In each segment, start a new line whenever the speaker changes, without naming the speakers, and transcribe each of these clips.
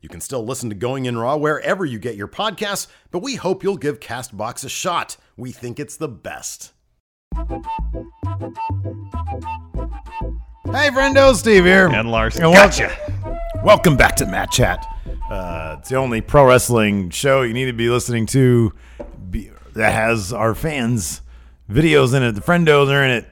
You can still listen to Going In Raw wherever you get your podcasts, but we hope you'll give Castbox a shot. We think it's the best.
Hey, friendo, Steve here.
And Larson.
And welcome, welcome back to Matt Chat. Uh, it's the only pro wrestling show you need to be listening to be, that has our fans' videos in it. The friendos are in it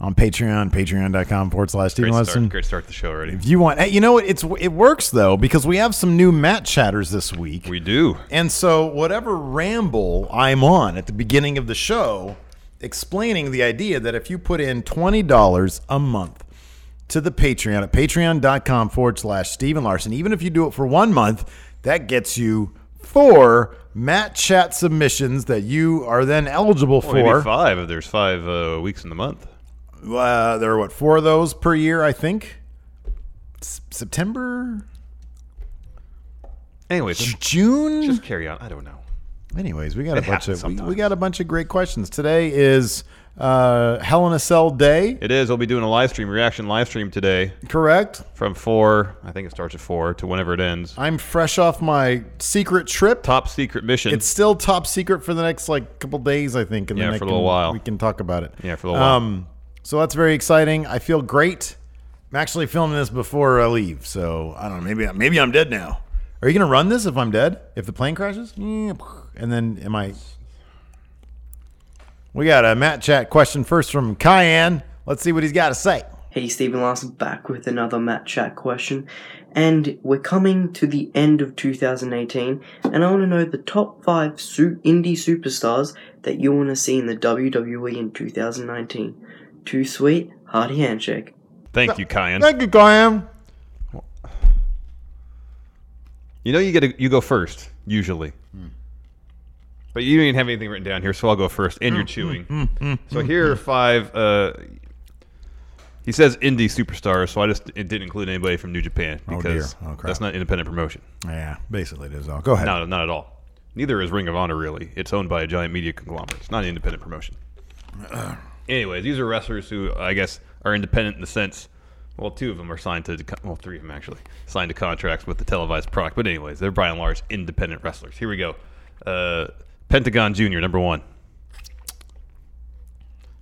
on Patreon, patreon.com forward slash Steve
Great
Larson.
start. Great start to the show already.
If you want, hey, you know what? It's it works though because we have some new Matt chatters this week.
We do.
And so, whatever ramble I'm on at the beginning of the show, explaining the idea that if you put in $20 a month to the Patreon at patreon.com forward slash Steven Larson, even if you do it for one month, that gets you four Matt Chat submissions that you are then eligible
Well, maybe
for.
five if there's five uh, weeks in the month.
Uh, there are, what, four of those per year, I think? S- September?
Anyways,
June?
just carry on. I don't know.
Anyways, we got a bunch
happens
of we, we
sometimes.
got a bunch of great questions. Today is uh, Hell in a Cell Day,
It is. I'll be doing a live stream, reaction live stream today
correct?
from four. I think it starts at four to whenever it ends.
I'm fresh off my secret trip.
Top secret mission.
It's still top secret for the next like couple days, I think. And
Yeah,
then I
for a little
can-
while.
we can talk about it.
Yeah, for a little while.
Um, so that's very exciting. I feel great. I'm actually filming this before I leave, so I don't know. Maybe maybe I'm dead now. Are you gonna run this if I'm dead? If the plane crashes? Yeah, And then am I? We got a Matt chat question first from Cayenne. Let's see what he's got to say.
Hey, Stephen Larson back with another Matt Chat question. And we're coming to the end of 2018, and I want to know the top five su- indie superstars that you want to see in the WWE in 2019. Too sweet, hearty handshake.
Thank you, Kyan.
Thank you, Cayenne.
You know you get a, you go first usually, but you didn't have anything written down here, so I'll go first. And
Mm,
you're chewing. so here are five. Uh, he says indie superstars, so I just it didn't include anybody from New Japan
dear.
because
Oh, crap.
that's not independent promotion.
Yeah, basically it is all. Go ahead.
No, not at all. Neither is Ring of Honor really. It's owned by a giant media conglomerate. It's not an independent promotion. Anyways, these are wrestlers who I guess are independent in the sense. Well, two of them are signed to well, three of them actually signed to contracts with the televised product. But anyways, they're by and large independent wrestlers. Here we go. Uh, Pentagon Junior, number one.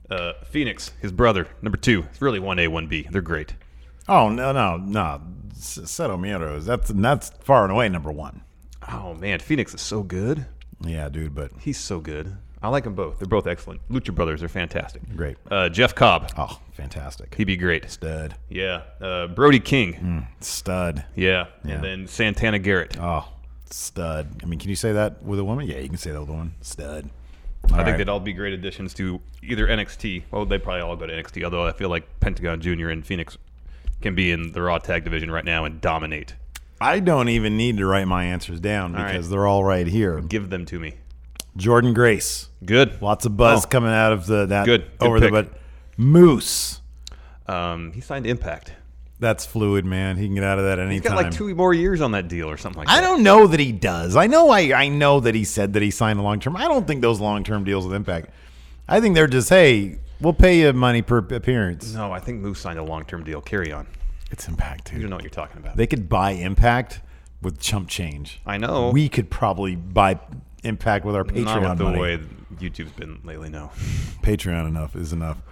Uh, Phoenix, his brother, number two. It's really one A, one B. They're great.
Oh no no no. S- Seto Mieros. That's that's far and away number one.
Oh man, Phoenix is so good.
Yeah, dude. But
He's so good. I like them both. They're both excellent. Lucha Brothers are fantastic.
Great.
Uh, Jeff Cobb.
oh, fantastic.
He'd be great.
Stud. Mm,
Yeah. Uh, Brody King.
Stud.
Yeah.
Yeah.
And then Santana Garrett.
Oh, stud. I mean, can you say that with a woman? Yeah, you can say that with a woman. Stud.
I
right.
think they'd all be great additions to either NXT. Well, they probably all go to NXT, although I feel like Pentagon Jr. and Phoenix can be in the Raw Tag Division right now and dominate.
I don't even need to write my answers down
right.
because they're all right here.
Give them to me.
Jordan Grace.
Good.
Lots of buzz
Oh.
coming out of the that
Good. Good
over the
pick.
but Moose.
Um, he signed Impact.
That's fluid, man. He can get out of that anytime.
He's got like two more years on that deal or something like that.
I don't know that he does. I know I, I know that he said that he signed a long term. I don't think those long term deals with Impact I think they're just, hey, we'll pay you money per appearance.
No, I think Moose signed a long-term deal. Carry on.
It's Impact,
You
dude.
don't know what you're talking about.
They could buy Impact with chump change.
I know.
We could probably buy Impact with our Patreon
Not with the
money.
way YouTube's been lately. No.
Patreon enough is enough.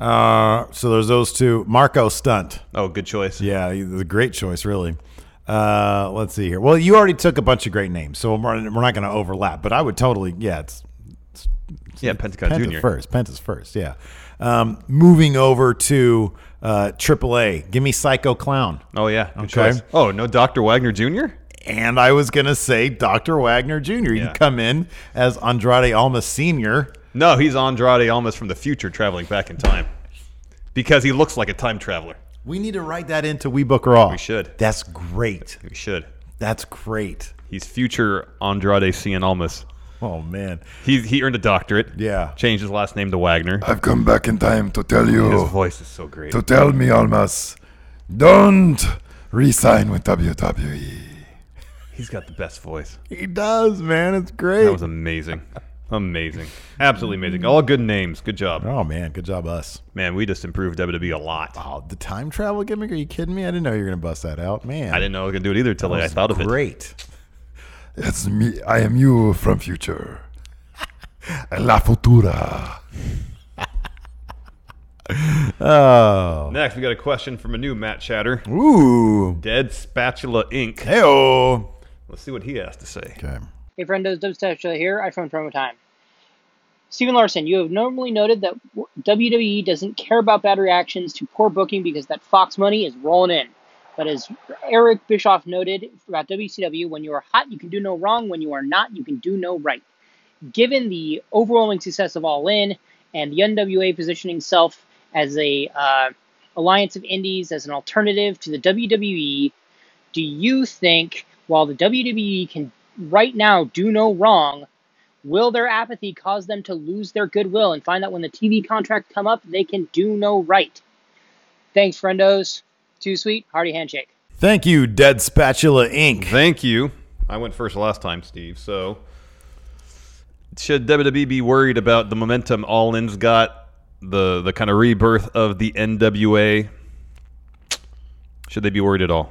Uh, so there's those two. Marco Stunt.
Oh, good choice.
Yeah, the great choice, really. Uh, let's see here. Well, you already took a bunch of great names, so we're, we're not going to overlap. But I would totally, yeah, it's
yeah Pentagon
Penta's
Junior.
first. Penta's first, yeah. Um, moving over to uh, AAA. Give me Psycho Clown.
Oh yeah. Good
Okay.
choice. Oh no, Dr. Wagner Jr.
And I was going to say Dr. Wagner Jr. You
Yeah.
come in as Andrade Almas Sr.
No, he's Andrade almost from the future, traveling back in time, because he looks like a time traveler.
We need to write that into We Book Raw. We
should.
That's great.
We should.
That's great.
He's future Andrade Cien Almas.
Oh, man.
He he earned a doctorate.
Yeah.
Changed his last name to Wagner.
I've come back in time to tell
His
you,
voice is so great.
to tell me, Almas, don't resign with E. WWE.
He's got the best voice.
He does, man. It's
That
great.
was amazing. Amazing. Absolutely amazing. All good names. Good job.
Oh, man. Good job, us.
Man, we just improved WWE a lot.
Oh, the time travel gimmick? Are you kidding me? I didn't know you were going to bust that out, man.
I didn't know I was going to do it either until I thought of it.
Great.
It's me, I am you from future. La futura.
Oh.
Next, we got a question from a new Matt Chatter.
Ooh.
Dead Spatula Inc.
Heyo.
Let's see what he has to say.
Okay.
Hey friendos, Dubstep Show here, iPhone promo time. Stephen Larson, you have normally noted that WWE doesn't care about bad reactions to poor booking because that Fox money is rolling in. But as Eric Bischoff noted about WCW, when you are hot, you can do no wrong. When you are not, you can do no right. Given the overwhelming success of All In and the NWA positioning self as a uh, alliance of indies as an alternative to the E, WWE, do you think while the WWE can right now do no wrong, will their apathy cause them to lose their goodwill and find that when the TV contract come up, they can do no right? Thanks, friendos. Too sweet, hearty handshake.
Thank you, Dead Spatula Inc.
Thank you. I went first last time, Steve. So, should WWE be worried about the momentum All In's got, the the kind of rebirth of the NWA? Should they be worried at all?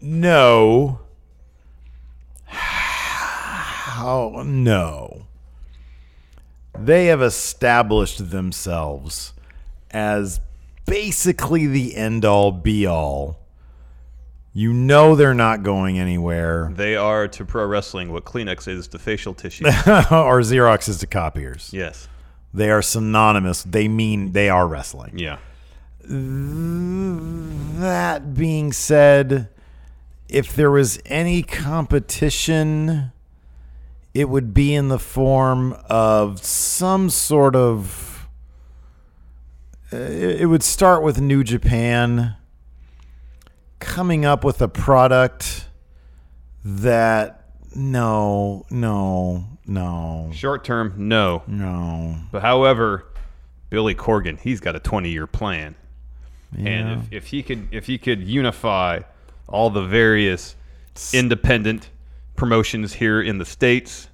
No. How? No. They have established themselves as basically the end all be all. You know they're not going anywhere,
They are to pro wrestling what Kleenex is to facial tissue.
or Xerox is to copiers.
yes.
They are synonymous. They mean they are wrestling.
Yeah.
That being said, if there was any competition, it would be in the form of some sort of. uh, It it would start with New Japan coming up with a product that no, no, no,
Short term, no.
no.
But however, Billy Corgan, he's got a 20-year plan, and if, if he could if he could unify all the various independent promotions here in the states,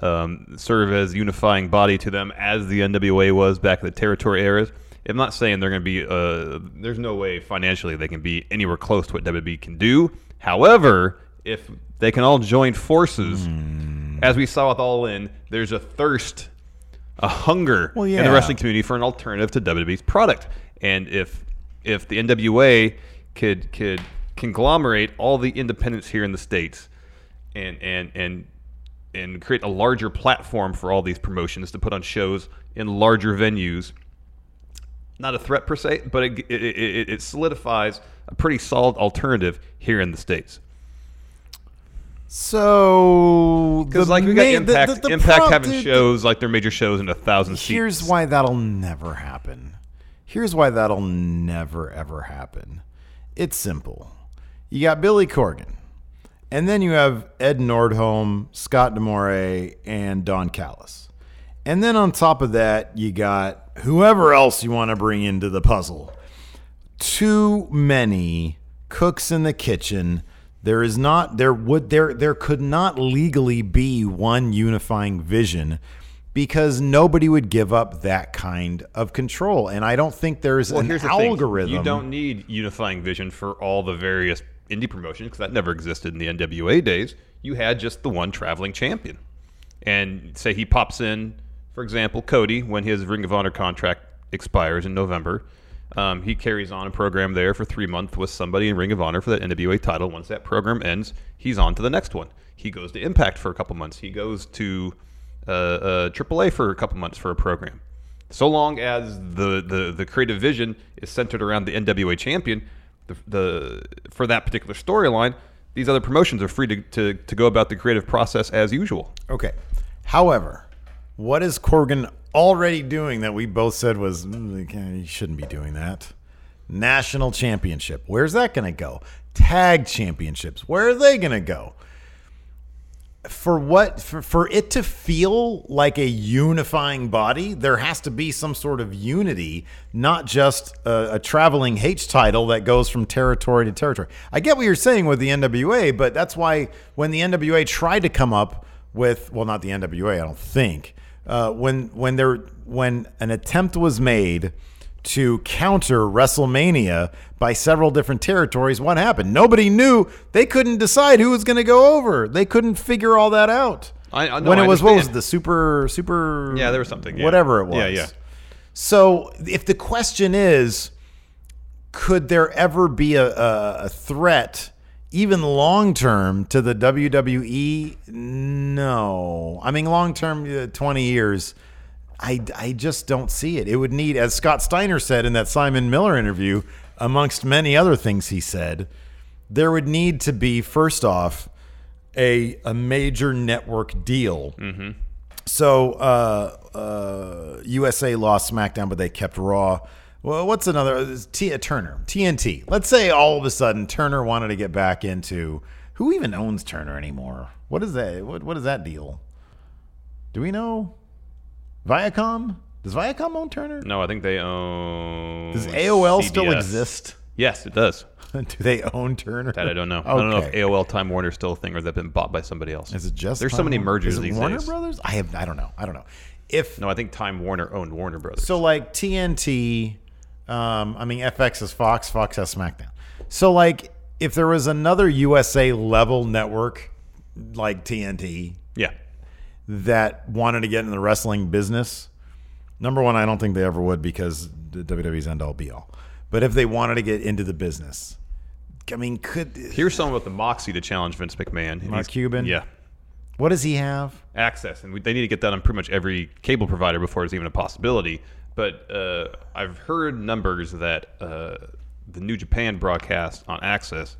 um, serve as unifying body to them as the NWA was back in the territory eras. I'm not saying they're going to be. Uh, there's no way financially they can be anywhere close to what WWE can do. However, if they can all join forces, as we saw with All In, there's a thirst a hunger
Well,
in
yeah.
the wrestling community for an alternative to WWE's product. And if if the NWA could could conglomerate all the independents here in the states and and and and create a larger platform for all these promotions to put on shows in larger venues. Not a threat per se, but it, it, it, it solidifies a pretty solid alternative here in the states.
So,
Because
the
like we got
main- the-
Impact,
the- the
Impact
pro-
having
dude, the-
shows like their major shows in a thousand seats.
Here's why that'll never happen. Here's why that'll never ever happen. It's simple. You got Billy Corgan, and then you have Ed Nordholm, Scott Demore, and Don Callis. And then on top of that, you got whoever else you want to bring into the puzzle. Too many cooks in the kitchen There is not there would there there could not legally be one unifying vision because nobody would give up that kind of control. And I don't think there's
Well,
an
here's the thing.
algorithm.
You don't need unifying vision for all the various indie promotions because that never existed in the NWA days. You had just the one traveling champion. And say he pops in, for example, Cody, when his Ring of Honor contract expires in November, um, he carries on a program there for three months with somebody in Ring of Honor for that NWA title. Once that program ends, he's on to the next one. He goes to Impact for a couple months. He goes to uh, uh, AAA for a couple months for a program. So long as the, the, the creative vision is centered around the NWA champion, the, the for that particular storyline, these other promotions are free to, to, to go about the creative process as usual.
Okay. However, what is Corgan already doing that we both said was "Mm, you can't- you shouldn't be doing that? National championship. Where's that going to go? Tag championships. Where are they going to go? For what for, for it to feel like a unifying body, there has to be some sort of unity, not just a, a traveling H title that goes from territory to territory. I get what you're saying with the NWA, but that's why when the NWA tried to come up with well not the NWA I don't think uh, when when there when an attempt was made to counter WrestleMania by several different territories what happened nobody knew they couldn't decide who was going to go over they couldn't figure all that out
I- I- Uh, no,
when it
I
was what was it,
understand.
the super super
Yeah, there was something, yeah.
whatever it was
Yeah, yeah.
so if the question is could there ever be a, a, a threat, even long term, to the WWE? No. I mean, long term, 20 years. I, I just don't see it. It would need, as Scott Steiner said in that Simon Miller interview, amongst many other things he said, there would need to be, first off, a, a major network deal. So uh, uh, USA lost SmackDown, but they kept Raw. Well, what's another? it's T uh, Turner TNT. Let's say all of a sudden Turner wanted to get back into who even owns Turner anymore? What is that? What what is that deal? Do we know? Viacom does Viacom own Turner?
No, I think they own.
Does AOL still
CBS.
exist?
Yes, it does.
Do they own Turner?
That I don't know. I don't know if
Okay.
AOL Time Warner is still a thing or they've been bought by somebody else.
Is it just
There's so
Time
many
Warner?
mergers
Is it
these
Warner
days.
Brothers? I have I don't know. I don't know. If
No, I think Time Warner owned Warner Brothers.
So like TNT, um, I mean FX is Fox, Fox has SmackDown. So like if there was another USA level network like TNT
yeah,
that wanted to get in the wrestling business, number one, I don't think they ever would because the WWE's end all be all. But if they wanted to get into the business, I mean, could
here's someone with the moxie to challenge Vince McMahon.
Mark
He's-
Cuban?
Yeah,
what does he have?
access, and we, they need to get that on pretty much every cable provider before it's even a possibility. But uh, I've heard numbers that uh, the New Japan broadcast on Access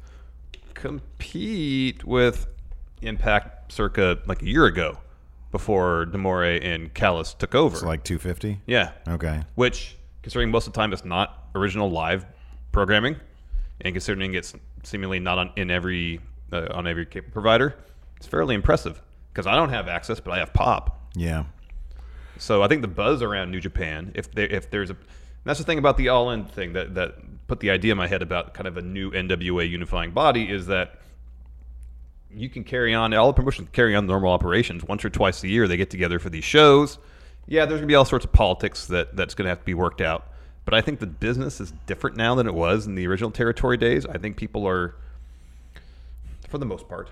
compete with Impact circa like a year ago, before Demore and Callis took over.
Like two fifty?
yeah,
Okay.
which, considering most of the time it's not original live programming, and considering it's seemingly not on in every uh, on every cable provider, it's fairly impressive. Because I don't have access, but I have Pop.
Yeah.
So I think the buzz around New Japan, if there if there's a, and that's the thing about the All In thing that that put the idea in my head about kind of a new NWA unifying body is that you can carry on all the promotions can carry on normal operations once or twice a year they get together for these shows. Yeah, there's gonna be all sorts of politics that that's gonna have to be worked out. But I think the business is different now than it was in the original territory days. I think people are, for the most part,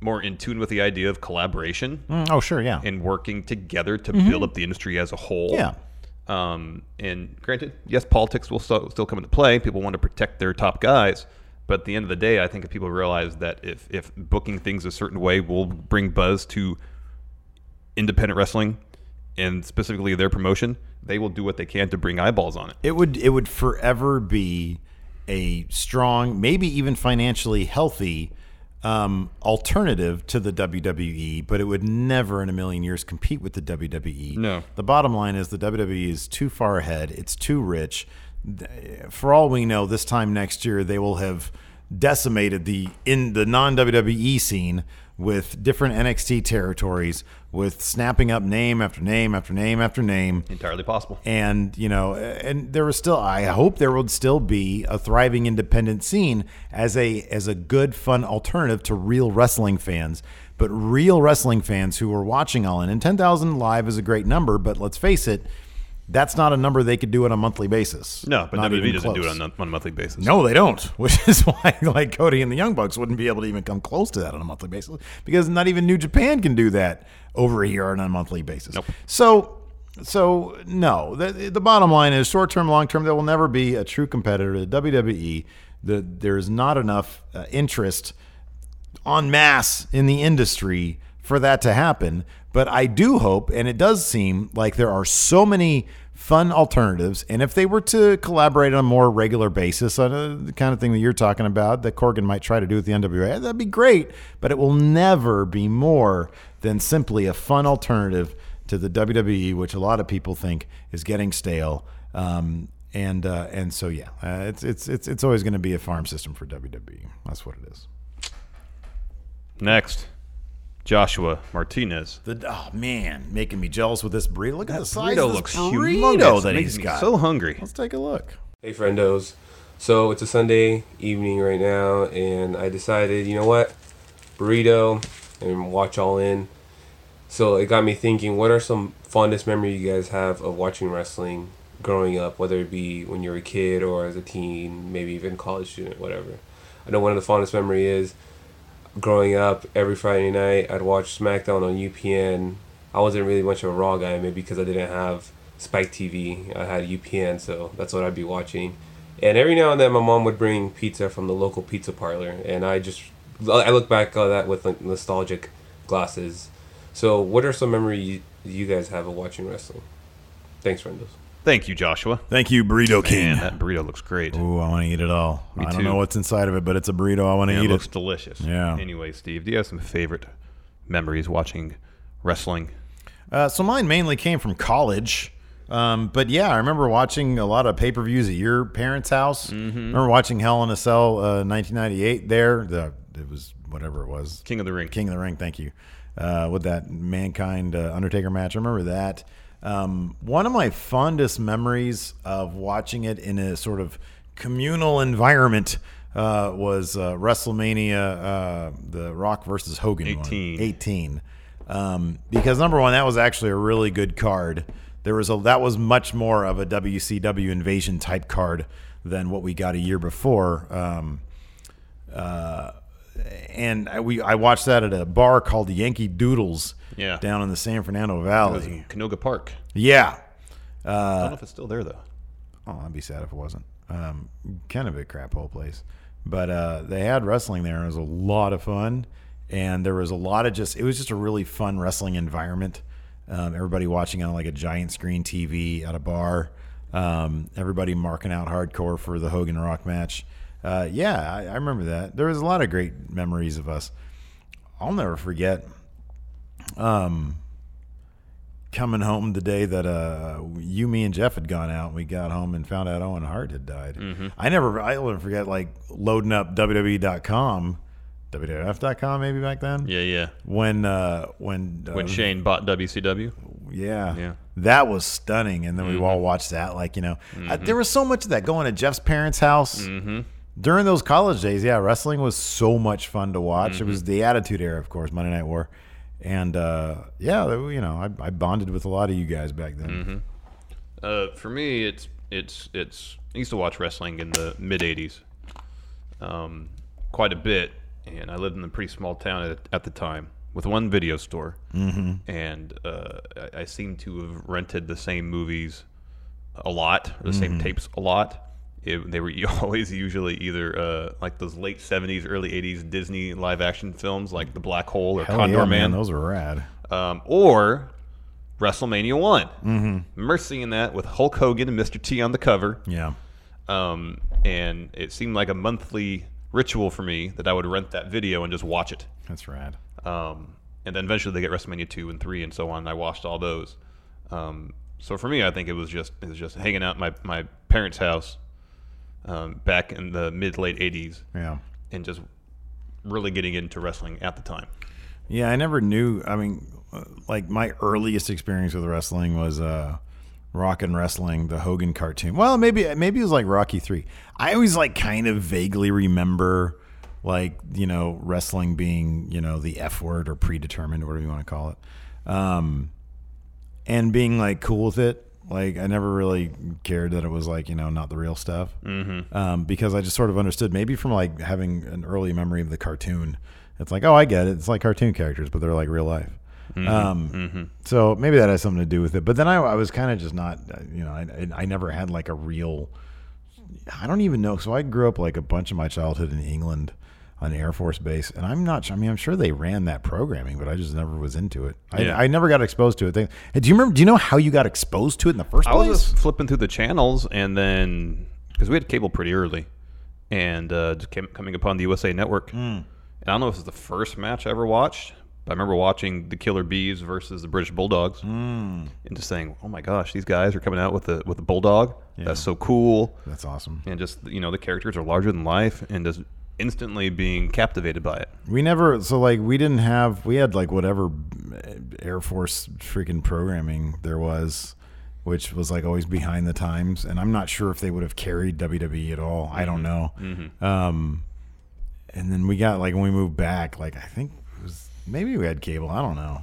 more in tune with the idea of collaboration
Mm, oh sure, yeah. Mm-hmm.
and working together to build up the industry as a whole.
Yeah.
Um, and granted, yes, politics will still, still come into play. People want to protect their top guys. But at the end of the day, I think if people realize that if, if booking things a certain way will bring buzz to independent wrestling and specifically their promotion, they will do what they can to bring eyeballs on it.
It would it would forever be a strong, maybe even financially healthy um, alternative to the WWE, but it would never in a million years compete with the WWE.
No.
The bottom line is the WWE is too far ahead. It's too rich. Th- For all we know, this time next year they will have decimated the in the non WWE E scene with different NXT territories, with snapping up name after name after name after name.
Entirely possible.
And, you know, and there was still, I hope there would still be a thriving independent scene as a, as a good, fun alternative to real wrestling fans. But real wrestling fans who were watching All In, and 10,000 live is a great number, but let's face it, that's not a number they could do on a monthly basis.
No, but
Not
WWE
even
doesn't do it
close.
on a, on a monthly basis.
No, they don't. Which is why, like Cody and the Young Bucks wouldn't be able to even come close to that on a monthly basis because not even New Japan can do that over here on a monthly basis. So, so no. The, the bottom line is, short term, long term, there will never be a true competitor to WWE. The, there is not enough uh, interest en masse in the industry for that to happen. But I do hope, and it does seem like there are so many fun alternatives. And if they were to collaborate on a more regular basis, on uh, the kind of thing that you're talking about, that Corgan might try to do with the NWA, that'd be great. But it will never be more than simply a fun alternative to the WWE, which a lot of people think is getting stale. Um, and uh, and so yeah, uh, it's it's it's it's always going to be a farm system for WWE. That's what it is.
Next, Joshua Martinez.
The oh man, making me jealous with this burrito. Look at the size
burrito
of this
looks
burrito
humongous.
that
Makes
he's
me
got.
so hungry.
Let's take a look.
Hey, friendos. So it's a Sunday evening right now, and I decided, you know what? Burrito and watch all in. So it got me thinking what are some fondest memory you guys have of watching wrestling growing up, whether it be when you were a kid or as a teen, maybe even college student, whatever. I know one of the fondest memory is growing up every Friday night I'd watch SmackDown on UPN. I wasn't really much of a Raw guy, maybe because I didn't have Spike TV. I had UPN, so that's what I'd be watching. And every now and then, my mom would bring pizza from the local pizza parlor, and I just I look back on that with like, nostalgic glasses. So, what are some memories you, you guys have of watching wrestling? Thanks, Rendos.
Thank you, Joshua.
Thank you, Burrito
Man, that burrito looks great.
Ooh, I want to eat it all.
Me
I
too.
don't know what's inside of it, but it's a burrito. I want to
Man, it
eat
looks
it.
delicious.
Yeah.
Anyway, Steve, do you have some favorite memories watching wrestling?
Uh, so mine mainly came from college. Um, but yeah, I remember watching a lot of pay per views at your parents' house.
Mm-hmm.
Remember watching Hell in a Cell, uh, 1998. There, the, it was whatever it was.
King of the Ring.
King of the Ring. Thank you. Uh, with that Mankind uh, Undertaker match, I remember that. Um, one of my fondest memories of watching it in a sort of communal environment uh, was uh, WrestleMania, uh, the Rock versus Hogan. one.
18.
18. Um, because number one, that was actually a really good card. There was a that was much more of a WCW invasion type card than what we got a year before. Um, uh, and I, we I watched that at a bar called Yankee Doodles.
Yeah.
Down in the San Fernando
It was
Valley.
in Canoga Park.
Yeah. Uh,
I don't know if it's still there though.
Oh, I'd be sad if it wasn't. Um, kind of a crap hole place, but uh, they had wrestling there. and It was a lot of fun, and there was a lot of just. It was just a really fun wrestling environment. Um, everybody watching on like a giant screen TV at a bar. Um, everybody marking out hardcore for the Hogan Rock match. Uh, yeah, I, I remember that. There was a lot of great memories of us. I'll never forget um, coming home the day that uh, you, me, and Jeff had gone out. We got home and found out Owen Hart had died. I never, I'll never forget like loading up E WWE.com, WWF.com maybe back then.
Yeah, yeah.
When, uh, when, uh,
When Shane bought WCW. Yeah.
yeah,
Mm-hmm.
that was stunning. And then we all watched that. Like, you know, I- there was so much of that going to Jeff's parents' house.
Mm-hmm.
During those college days, yeah, wrestling was so much fun to watch. It
Mm-hmm.
was the Attitude Era, of course, Monday Night War, and uh, yeah, you know, I, I bonded with a lot of you guys back then.
Mm-hmm. Uh, for me, it's it's it's. I used to watch wrestling in the mid '80s, um, quite a bit, and I lived in a pretty small town at, at the time with one video store, mm-hmm. and uh, I, I seem to have rented the same movies a lot, or the
Mm-hmm.
same tapes a lot. It, they were always usually either uh, like those late '70s, early '80s Disney live action films like The Black Hole or
Hell
Condor
yeah,
Man.
Those were rad.
um, or WrestleMania One. Mm-hmm. Mercy in that with Hulk Hogan and Mr. T on the cover,
Yeah.
um, and it seemed like a monthly ritual for me that I would rent that video and just watch it.
That's rad.
Um, and then eventually they get WrestleMania two and three and so on. And I watched all those. Um, so for me, I think it was just it was just hanging out at my my parents' house um, back in the mid late '80s
Yeah.
and just really getting into wrestling at the time.
Yeah, I never knew. I mean, uh, like my earliest experience with wrestling was uh, Rock and Wrestling, the Hogan cartoon. Well, maybe maybe it was like Rocky Three. I always like kind of vaguely remember like you know wrestling being you know the F word or predetermined, whatever you want to call it, um, and being like cool with it. Like I never really cared that it was like you know not the real stuff um, because I just sort of understood maybe from like having an early memory of the cartoon. It's like, oh, I get it. It's like cartoon characters, but they're like real life.
Mm-hmm.
Um, So maybe that has something to do with it. But then I, I was kind of just not, uh, you know, I, I- I never had like a real. I don't even know. So I grew up like a bunch of my childhood in England on Air Force Base, and I'm not. sure- I mean, I'm sure they ran that programming, but I just never was into it. I,
Yeah.
I never got exposed to it. They, hey, do you remember? Do you know how you got exposed to it in the first
I
place?
was just flipping through the channels, and then because we had cable pretty early, and uh, just came, coming upon the USA
Hmm.
Network, and I don't know if this is the first match I ever watched, but I remember watching the Killer Bees versus the British Bulldogs,
Hmm.
and just saying, "Oh my gosh, these guys are coming out with a with a bulldog. That's so cool!"
That's awesome.
And just you know, the characters are larger than life, and just instantly being captivated by it.
We never so like we didn't have we had like whatever Air Force freaking programming there was, which was like always behind the times, and I'm not sure if they would have carried WWE at all. I
Mm-hmm.
don't know. Um, and then we got like when we moved back, like I think it was maybe we had cable. I don't know.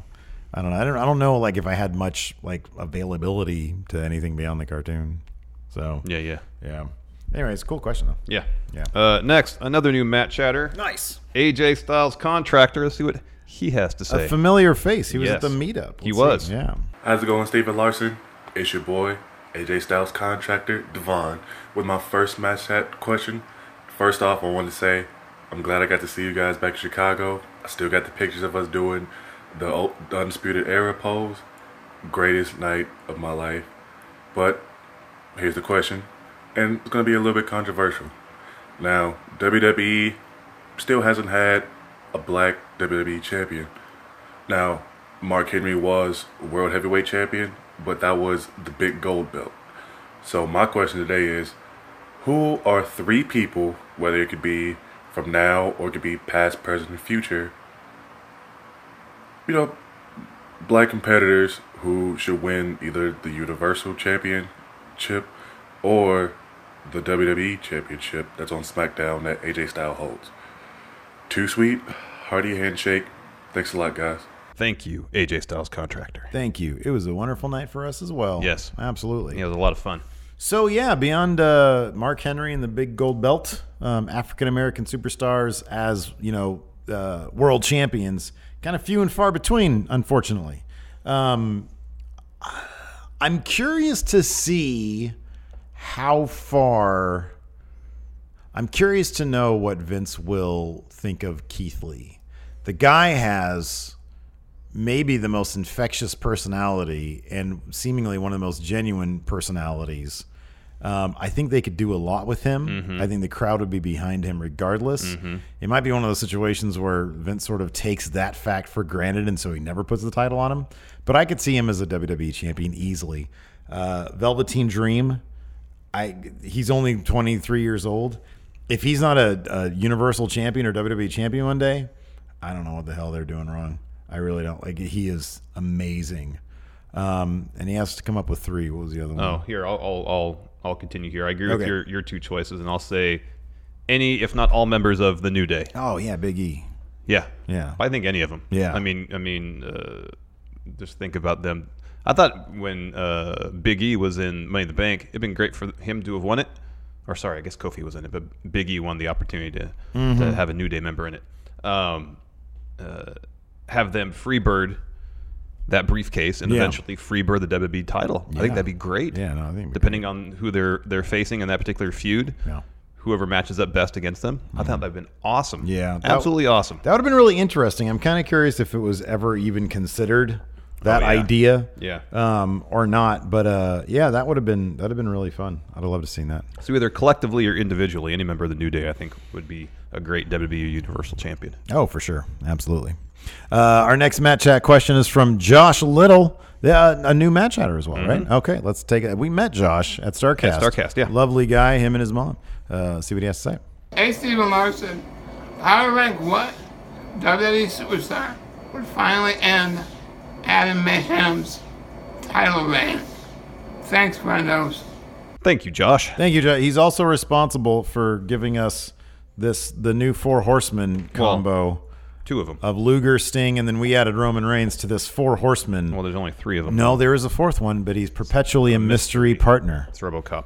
I don't know. I don't. I don't know. Like if I had much like availability to anything beyond the cartoon. So
Yeah, yeah,
yeah. Anyways, cool question though.
yeah,
Yeah.
Uh, next, another new Matt Chatter,
Nice.
AJ Styles contractor. Let's see what he has to say.
A familiar face. He was at
Yes.
the meetup.
He
Let's
was.
see. Yeah.
How's it going, Stephen Larson? It's your boy, AJ Styles contractor, Devon, with my first match hat question. First off, I want to say I'm glad I got to see you guys back in Chicago. I still got the pictures of us doing the, o- the Undisputed Era pose. Greatest night of my life. But here's the question, and it's going to be a little bit controversial. Now, WWE still hasn't had a black WWE champion. Now, Mark Henry was world heavyweight champion, but that was the big gold belt. So my question today is, who are three people, whether it could be from now or it could be past, present, and future, you know, black competitors who should win either the Universal Championship or the WWE Championship that's on SmackDown that AJ Styles holds. Too sweet, hearty handshake. Thanks a lot, guys.
Thank you, AJ Styles Contractor.
Thank you. It was a wonderful night for us as well.
Yes.
absolutely.
It was a lot of fun.
So yeah, beyond uh, Mark Henry and the big gold belt, um, African American superstars as you know uh, world champions, kind of few and far between, unfortunately. Um, I'm curious to see how far. I'm curious to know what Vince will think of Keith Lee. The guy has maybe the most infectious personality and seemingly one of the most genuine personalities. Um, I think they could do a lot with him. I think the crowd would be behind him
Mm-hmm.
regardless. It might be one of those situations where Vince sort of takes that fact for granted, and so he never puts the title on him. But I could see him as a WWE champion easily. Uh, Velveteen Dream, I he's only 23 years old. If he's not a, a Universal Champion or WWE Champion one day, I don't know what the hell they're doing wrong. I really don't. Like he is amazing, um, and he has to come up with three. What was the other one?
Oh, here I'll I'll I'll, I'll continue here. I agree
Okay.
with your your two choices, and I'll say any, if not all, members of the New Day.
Oh, yeah, Big E.
Yeah,
Yeah.
I think any of them.
Yeah.
I mean, I mean, uh, just think about them. I thought when uh, Big E was in Money in the Bank, it'd been great for him to have won it. Or sorry, I guess Kofi was in it, but Big E won the opportunity to,
Mm-hmm.
to have a New Day member in it. Um, uh, have them freebird that briefcase and
Yeah.
eventually freebird the WWE title. I think that'd be great.
Yeah, no, I think
depending on who they're they're facing in that particular feud.
Yeah. Mm-hmm.
Whoever matches up best against them, I thought that'd been awesome.
Yeah, that-
absolutely awesome.
that would have been really interesting. I'm kind of curious if it was ever even considered that
Oh, yeah.
idea,
Yeah.
um, or not. But uh, yeah, that would have been that'd have been really fun. I'd have loved to have seen that.
So either collectively or individually, any member of the New Day, I think, would be a great WWE Universal Champion.
Oh, for sure. Absolutely. Uh, our next match chat question is from Josh Little, uh, a new match chatter as well, right? Okay, let's take it. We met Josh at StarCast.
Mm-hmm. StarCast, yeah.
Lovely guy, him and his mom. Uh, see what he has to say.
Hey, Steven Larson, how to rank what? WWE E superstar? would finally end Adam Mayhem's title reign. Thanks, Windows.
Thank you, Josh.
Thank you, Joe. He's also responsible for giving us this the new Four Horsemen combo
Two of them.
of Luger, Sting, and then we added Roman Reigns to this Four Horsemen.
well, there's only three of them.
no, there is a fourth one, but he's perpetually a mystery partner.
It's RoboCop.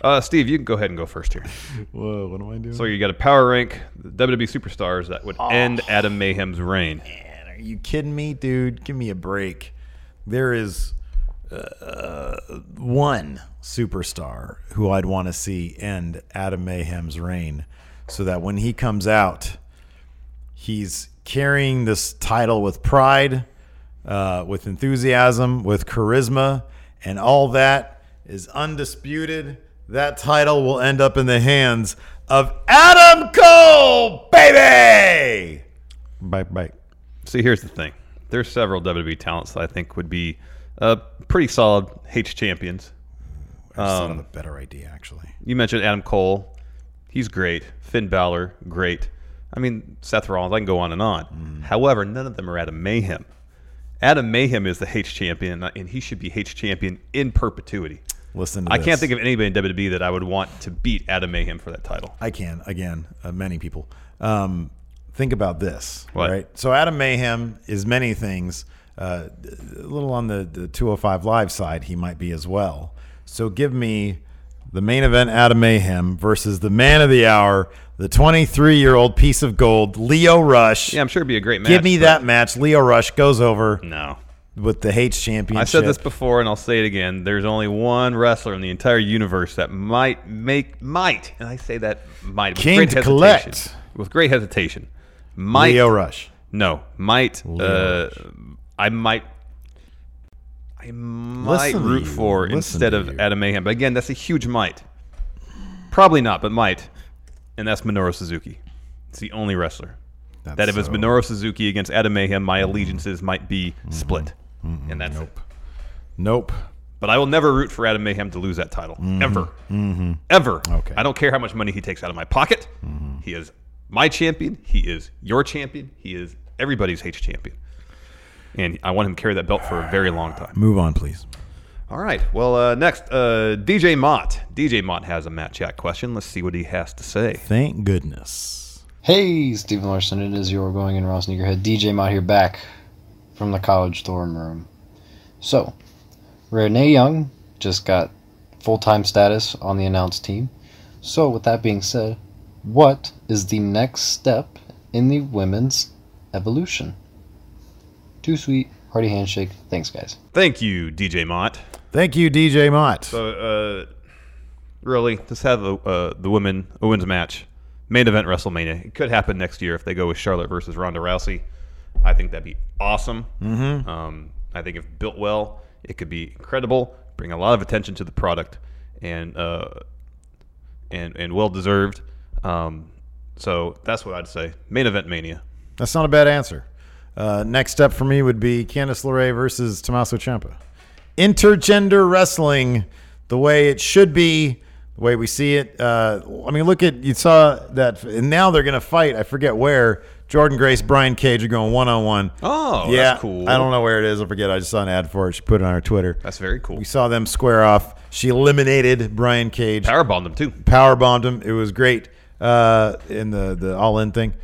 uh, Steve, you can go ahead and go first here.
Whoa, what am I doing?
So you got to power rank the WWE superstars that would end Adam Mayhem's reign.
Oh, Are you kidding me, dude? Give me a break. There is uh, one superstar who I'd want to see end Adam Mayhem's reign so that when he comes out, he's carrying this title with pride, uh, with enthusiasm, with charisma, and all that is undisputed. That title will end up in the hands of Adam Cole, baby! Bye, bye.
See, here's the thing. There's several WWE talents that I think would be uh, pretty solid H champions. Um,
I just thought of a better idea, actually.
You mentioned Adam Cole. He's great. Finn Balor, great. I mean, Seth Rollins, I can go on and on.
Mm.
However, none of them are Adam Mayhem. Adam Mayhem is the H champion, uh, and he should be H champion in perpetuity.
Listen, to
I can't
this.
think of anybody in WWE that I would want to beat Adam Mayhem for that title.
I can again. Uh, many people um, think about this,
What?
right? So Adam Mayhem is many things. Uh, a little on the, the 205 Live side, he might be as well. So give me the main event, Adam Mayhem versus the man of the hour, the 23 year old piece of gold, Leo Rush.
Yeah, I'm sure it'd be a great match.
give me
but
that match. Leo Rush goes over
No.
with the H championship.
I said this before, and I'll say it again. There's only one wrestler in the entire universe that might make might, and I say that might with
King
great
to
hesitation.
collect.
With great hesitation, might
Leo Rush.
No, might.
Leo
Uh, I might. I might
Listen to
root
you.
for
Listen
instead
to
of
you.
Adam Mayhem. But again, that's a huge might. Probably not, but might. And that's Minoru Suzuki. It's the only wrestler. that if it's
so- Mm-hmm.
Minoru Suzuki against Adam Mayhem, my allegiances might be split. And that's it.
Nope. Mm-hmm.
But I will never root for Adam Mayhem to lose that title. Ever. Ever.
Okay. Mm-hmm.
I don't care how much money he takes out of my pocket. He is my champion. He is your champion. He is everybody's H champion. And I want him to carry that belt for a very long time.
Move on, please.
All right. Well, uh, next, uh, DJ Mott. DJ Mott has a Matt Chat question. Let's see what he has to say.
Thank goodness.
Hey, Stephen Larson, it is your going in Raw Sneakerhead. DJ Mott here back from the college dorm room. So, Renee Young just got full time status on the announced team. So, with that being said, what is the next step in the women's evolution? Too sweet, hearty handshake. Thanks, guys.
Thank you, DJ Mott.
Thank you, DJ Mott.
So, uh, really, just have the uh, the women a women's match, main event WrestleMania. It could happen next year if they go with Charlotte versus Ronda Rousey. I think that'd be awesome. Mm-hmm. Um, I think if built well, it could be incredible. Bring a lot of attention to the product, and uh, and and well deserved. Um, so that's what I'd say. Main event Mania.
That's not a bad answer. Uh, next step for me would be Candice LeRae versus Tommaso Ciampa. Intergender wrestling, the way it should be, the way we see it. Uh, I mean, look at you saw that, and now they're going to fight. I forget where. Jordan Grace, Brian Cage are going one on one.
Oh, that's
yeah,
cool.
I don't know where it is. I forget. I just saw an ad for it. She put it on her Twitter.
That's very cool.
We saw them square off. She eliminated Brian Cage
Powerbomb them too.
power bombed him. It was great uh, in the the all in thing,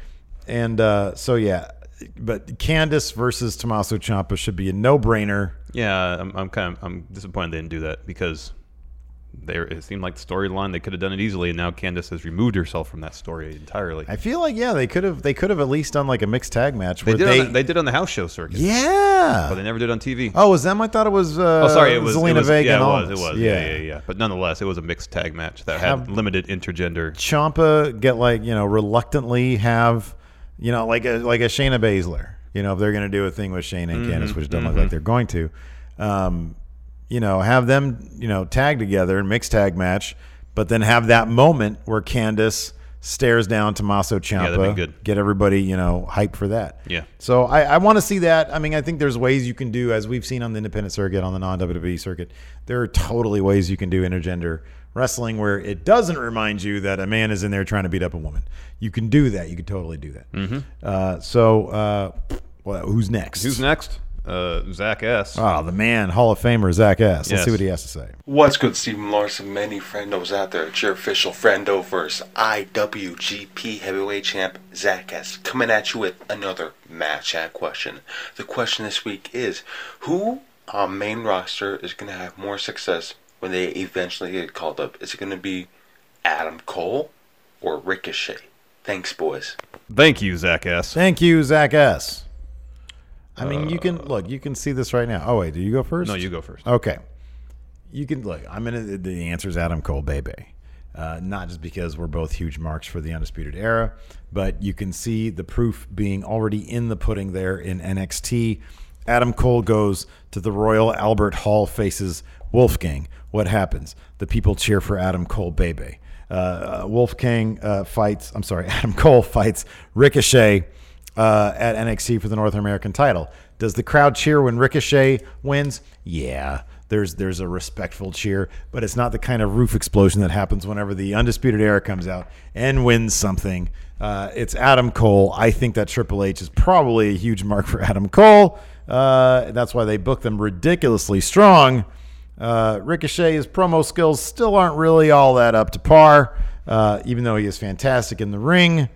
and uh, so yeah. But Candice versus Tommaso Ciampa should be a no brainer.
Yeah, I'm, I'm kind of I'm disappointed they didn't do that because there it seemed like the storyline they could have done it easily, and now Candace has removed herself from that story entirely.
I feel like yeah they could have they could have at least done like a mixed tag match
they
where
did
they,
on the, they did on the house show circuit, but
yeah.
they never did on TV.
Oh, was them? I thought it was. Uh,
Oh, sorry, it was
Zelina
it was,
Vega.
Yeah,
and
it was, it
Almas.
was. Yeah. yeah, yeah, But nonetheless, it was a mixed tag match that had
Have-
limited intergender.
Ciampa get like you know reluctantly have you know like a like a Shayna Baszler. You know if they're gonna do a thing with Shayna
Mm-hmm,
and Candice, which don't look like they're going to, um, you know have them you know tag together and mixed tag match, but then have that moment where Candice stares down Tommaso Ciampa.
that'd be good.
Get everybody, you know, hyped for that.
Yeah.
So I, I want to see that. I mean, I think there's ways you can do, as we've seen on the independent circuit, on the non WWE circuit, there are totally ways you can do intergender wrestling where it doesn't remind you that a man is in there trying to beat up a woman. You can do that. You can totally do that.
Mhm.
Uh, so, uh, well, who's next?
Who's next? Uh, Zach S.
Oh, the man, Hall of Famer Zach S. Let's
Yes.
see what he has to say.
What's good, Stephen Larson? Many friendos out there. It's your official friendoverse IWGP heavyweight champ Zach S. Coming at you with another match chat question. The question this week is: Who on main roster is going to have more success when they eventually get called up? Is it going to be Adam Cole or Ricochet? Thanks, boys.
Thank you, Zach S.
Thank you, Zach S. I mean, you can look. You can see this right now. Oh wait, do you go first?
Uh, No, you go first.
Okay. You can look. I'm gonna. The answer is Adam Cole, baby. Uh, not just because we're both huge marks for the undisputed era, but you can see the proof being already in the pudding there in NXT. Adam Cole goes to the Royal Albert Hall, faces Wolfgang. What happens? The people cheer for Adam Cole, baby. Uh, uh, Wolfgang uh, fights. I'm sorry, Adam Cole fights Ricochet uh, at NXT for the North American title. Does the crowd cheer when Ricochet wins? Yeah, there's there's a respectful cheer, but it's not the kind of roof explosion that happens whenever the Undisputed Era comes out and wins something. Uh, it's Adam Cole. I think that Triple H is probably a huge mark for Adam Cole. Uh, that's why they booked them ridiculously strong. Uh, Ricochet's promo skills still aren't really all that up to par, uh, even though he is fantastic in the ring.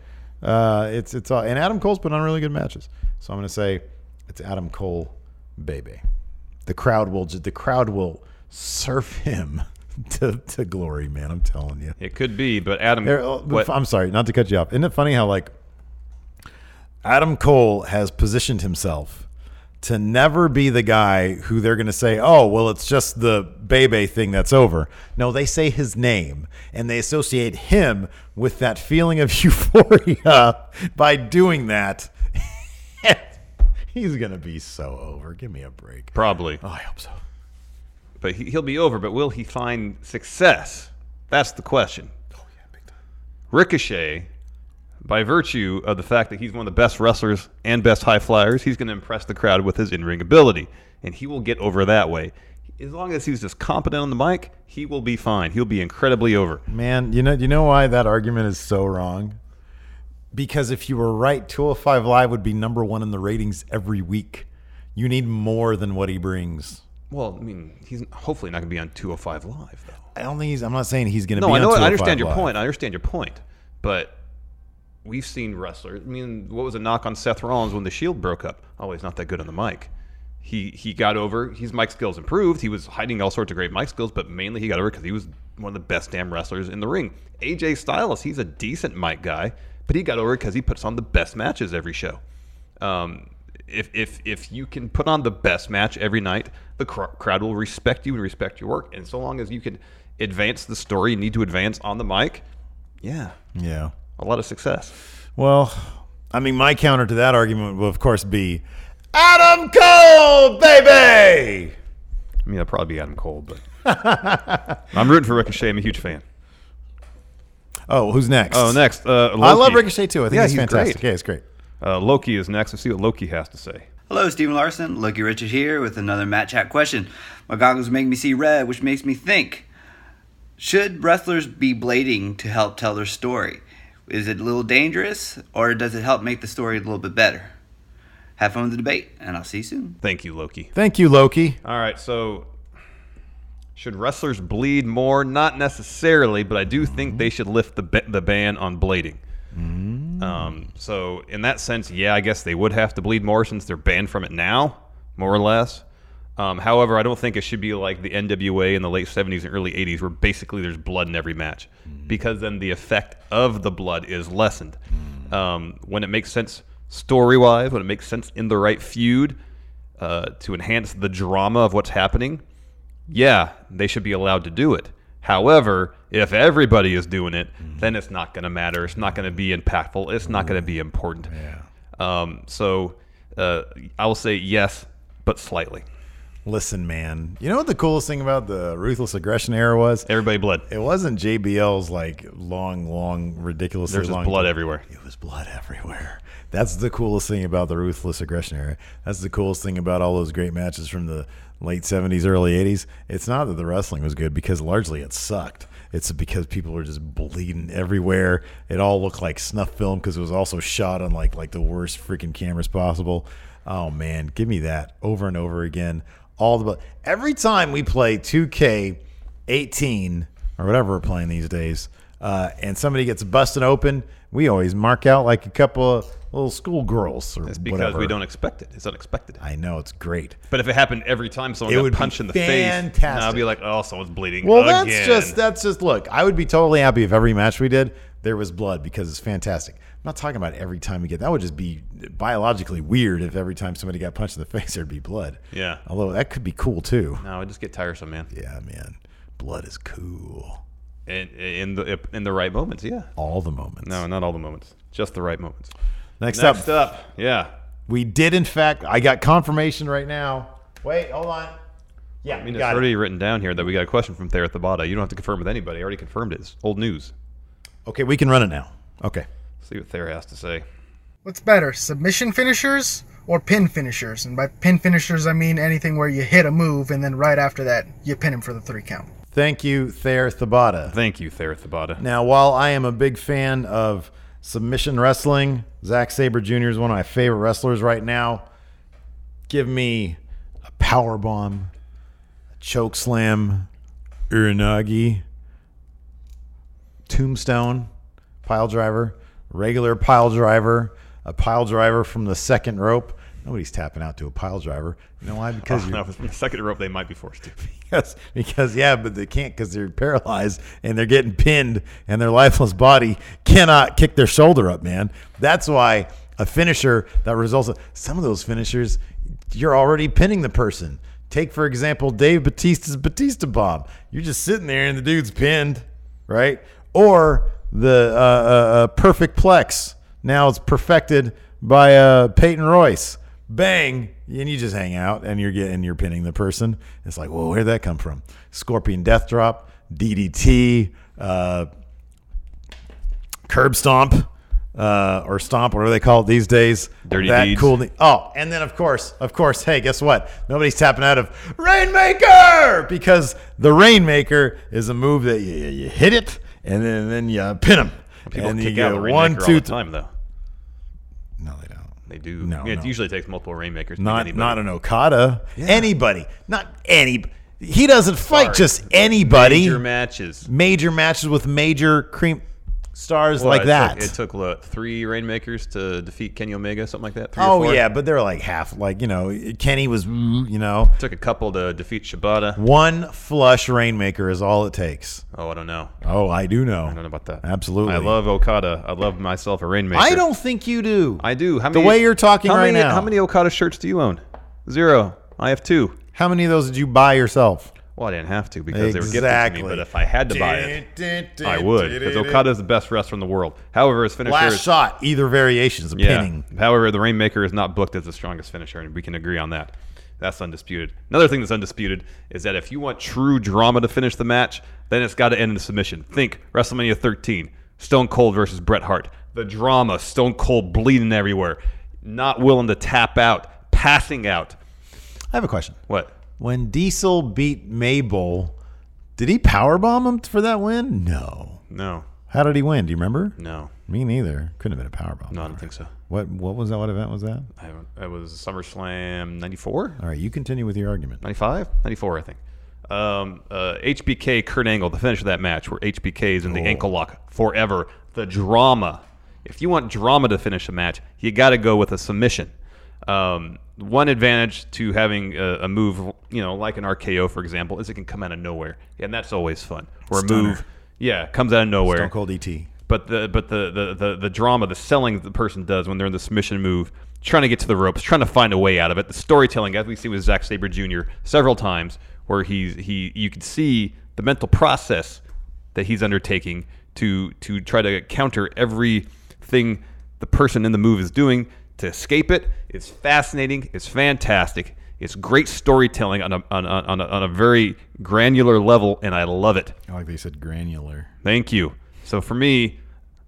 Uh, it's it's all, and Adam Cole's been on really good matches, so I'm going to say it's Adam Cole, baby. The crowd will ju- the crowd will surf him to, to glory, man. I'm telling you.
It could be, but Adam.
There- oh,
Um, what-
I'm sorry, not to cut you off. Isn't it funny how like Adam Cole has positioned himself to never be the guy who they're going to say, "Oh, well, it's just the Bebe thing that's over." No, they say his name and they associate him with that feeling of euphoria by doing that. He's going to be so over. Give me a break. Oh,
Probably.
I hope so.
But he, he'll be over. But will he find success? That's the question. Oh yeah, big time. Ricochet, by virtue of the fact that he's one of the best wrestlers and best high flyers, he's going to impress the crowd with his in-ring ability, and he will get over that way. As long as he's just competent on the mic, he will be fine. He'll be incredibly over.
Man, you know, you know why that argument is so wrong? Because if you were right, 205 Live would be number one in the ratings every week. You need more than what he brings.
Well, I mean, he's hopefully not going to be on 205 Live. Though.
I don't think he's. I'm not saying he's going to
no,
be.
I know.
On
I understand
205
your
Live.
point. I understand your point, but we've seen wrestlers. I mean, what was a knock on Seth Rollins when the Shield broke up? Oh, he's not that good on the mic. He he got over. His mic skills improved. He was hiding all sorts of great mic skills, but mainly he got over because he was one of the best damn wrestlers in the ring. AJ Styles, he's a decent mic guy, but he got over because he puts on the best matches every show. Um, if, if, if you can put on the best match every night, the cr- crowd will respect you and respect your work. And so long as you can advance the story you need to advance on the mic, yeah,
Yeah.
a lot of success.
Well, I mean, my counter to that argument will, of course, be Adam Cole, baby.
I mean, that'd probably be Adam Cole, but I'm rooting for Ricochet. I'm a huge fan.
Oh, who's next?
Oh, next. Uh,
I love
Loki.
Ricochet too. I think
yeah,
he's fantastic.
Great.
Yeah, he's great.
Uh, Loki is next. Let's see what Loki has to say.
Hello, Stephen Larson. Loki Richard here with another Matt Chat question. My goggles make me see red, which makes me think Should wrestlers be blading to help tell their story? Is it a little dangerous, or does it help make the story a little bit better? Have fun with the debate, and I'll see you soon.
Thank you, Loki.
Thank you, Loki.
All right, so should wrestlers bleed more? Not necessarily, but I do think they should lift the ba- the ban on blading. Um, so in that sense, yeah, I guess they would have to bleed more since they're banned from it now, more or less. Um, however, I don't think it should be like the NWA in the late 70s and early 80s, where basically there's blood in every match, because then the effect of the blood is lessened. Um, when it makes sense story wise, when it makes sense in the right feud uh, to enhance the drama of what's happening, yeah, they should be allowed to do it. However, if everybody is doing it,
Mm-hmm.
then it's not going to matter. It's not going to be impactful. It's not going to
Mm-hmm.
be important. Yeah. Um, so uh, I will say yes, but slightly.
Listen, man. You know what the coolest thing about the ruthless aggression era was?
Everybody bled.
It wasn't JBL's like long, long, ridiculously
There's just
long.
blood everywhere.
It was blood everywhere. That's the coolest thing about the ruthless aggression era. That's the coolest thing about all those great matches from the late '70s, early '80s. It's not that the wrestling was good because largely it sucked. It's because people were just bleeding everywhere. It all looked like snuff film because it was also shot on like like the worst freaking cameras possible. Oh man, give me that over and over again. All the bu- every time we play 2K18 or whatever we're playing these days, uh, and somebody gets busted open, we always mark out like a couple of little schoolgirls or
It's because
whatever.
we don't expect it. It's unexpected.
I know it's great.
But if it happened every time someone
It
got
would be
punched in the face,
fantastic.
now I'd be like, oh, someone's bleeding.
Well,
again.
that's just that's just look. I would be totally happy if every match we did there was blood because it's fantastic. I'm not talking about every time we get that would just be biologically weird if every time somebody got punched in the face there'd be blood.
Yeah.
Although that could be cool too.
No, I just get tiresome, man.
Yeah, man. Blood is cool.
In, in the in the right moments, yeah.
All the moments.
No, not all the moments. Just the right moments.
Next,
Next
up,
up, yeah.
we did in fact. I got confirmation right now. Wait, hold on. Yeah,
I mean, it's
got it.
already written down here that we got a question from Thera Tabata. You don't have to confirm with anybody. I already confirmed it. It's old news.
Okay, we can run it now. Okay.
See what Thera has to say.
What's better, submission finishers or pin finishers? And by pin finishers, I mean anything where you hit a move and then right after that, you pin him for the three count.
Thank you, Thayer Thabata.
Thank you, Thera Tabata.
Now, while I am a big fan of submission wrestling, Zack Sabre Jr. is one of my favorite wrestlers right now. Give me a power bomb, a choke slam, uranagi, tombstone, pile driver, regular pile driver, a pile driver from the second rope. Nobody's tapping out to a pile driver. You know why? Because
Oh,
you
no, from the second rope, they might be forced to.
Yes, because yeah, but they can't because they're paralyzed and they're getting pinned, and their lifeless body cannot kick their shoulder up, man. That's why a finisher that results. Some of those finishers, you're already pinning the person. Take for example Dave Batista's Batista bomb. You're just sitting there and the dude's pinned, right? Or the uh, uh, uh, perfect plex. Now it's perfected by uh, Peyton Royce bang, and you just hang out and you're getting you're pinning the person. It's like, whoa, where'd that come from? Scorpion Death Drop, DDT, uh, Curb Stomp, uh, or Stomp, whatever they call it these days.
Dirty
that
deeds.
cool. Oh, and then of course, of course, hey, guess what? Nobody's tapping out of Rainmaker because the Rainmaker is a move that you, you hit it and then then you pin them.
People
and
kick
you
out
go
the
one,
rainmaker
two,
all the
th-
time, though.
No, they don't.
They do.
No,
Yeah,
no.
It usually takes multiple rainmakers. to beat
Not
anybody.
not an Okada. Anybody. Not any. He doesn't fight just anybody.
Major matches.
Major matches with major cream stars
Well,
like
it
that.
Took, it took what, three rainmakers to defeat Kenny Omega, something like that. Three or
oh
four?
yeah, but they're like half. Like you know, Kenny was mm, you know
Took a couple to defeat Shibata.
one flush rainmaker is all it takes.
Oh, I don't know.
Oh, I do know. I
don't know about that.
Absolutely.
I love Okada. I love myself a rainmaker.
I don't think you do.
I do. How
The
many,
way you're talking
how
right
many-
now.
How many Okada shirts do you own? Zero. I have two.
How many of those did you buy yourself?
Well, I didn't have to because they were gifted to
Exactly.
me. But if I had to buy it, I would because Okada is the best wrestler in the world. However, his finisher
Last
is,
shot, either variation is a
Yeah.
pinning.
However, the Rainmaker is not booked as the strongest finisher, and we can agree on that. That's undisputed. Another thing that's undisputed is that if you want true drama to finish the match, then it's got to end in submission. Think WrestleMania 13, Stone Cold versus Bret Hart. The drama, Stone Cold bleeding everywhere, not willing to tap out, passing out.
I have a question.
What?
When Diesel beat Mabel, did he powerbomb him for that win? No.
No.
How did he win? Do you remember?
No.
Me neither. Couldn't have been a powerbomb.
No, I don't think so.
What what was that? What event was that?
I haven't. It was SummerSlam 94?
All right, you continue with your argument.
95? 94, I think. Um, uh, HBK, Kurt Angle, the finish of that match where HBK is in
Oh.
the ankle lock forever. The drama. If you want drama to finish a match, you got to go with a submission. Um, one advantage to having a, a move, you know, like an RKO, for example, is it can come out of nowhere. And that's always fun. Or a
Stunner.
move. Yeah, comes out of nowhere.
Stone Cold ET.
But the but the, the, the, the drama, the selling that the person does when they're in the submission move, trying to get to the ropes, trying to find a way out of it. The storytelling, as we see with Zack Saber Jr. several times, where he's he you can see the mental process that he's undertaking to to try to counter everything the person in the move is doing to escape it. It's fascinating. It's fantastic. It's great storytelling on a, on a, on a, on a very granular level, and I love it.
I like they said granular.
Thank you. So for me,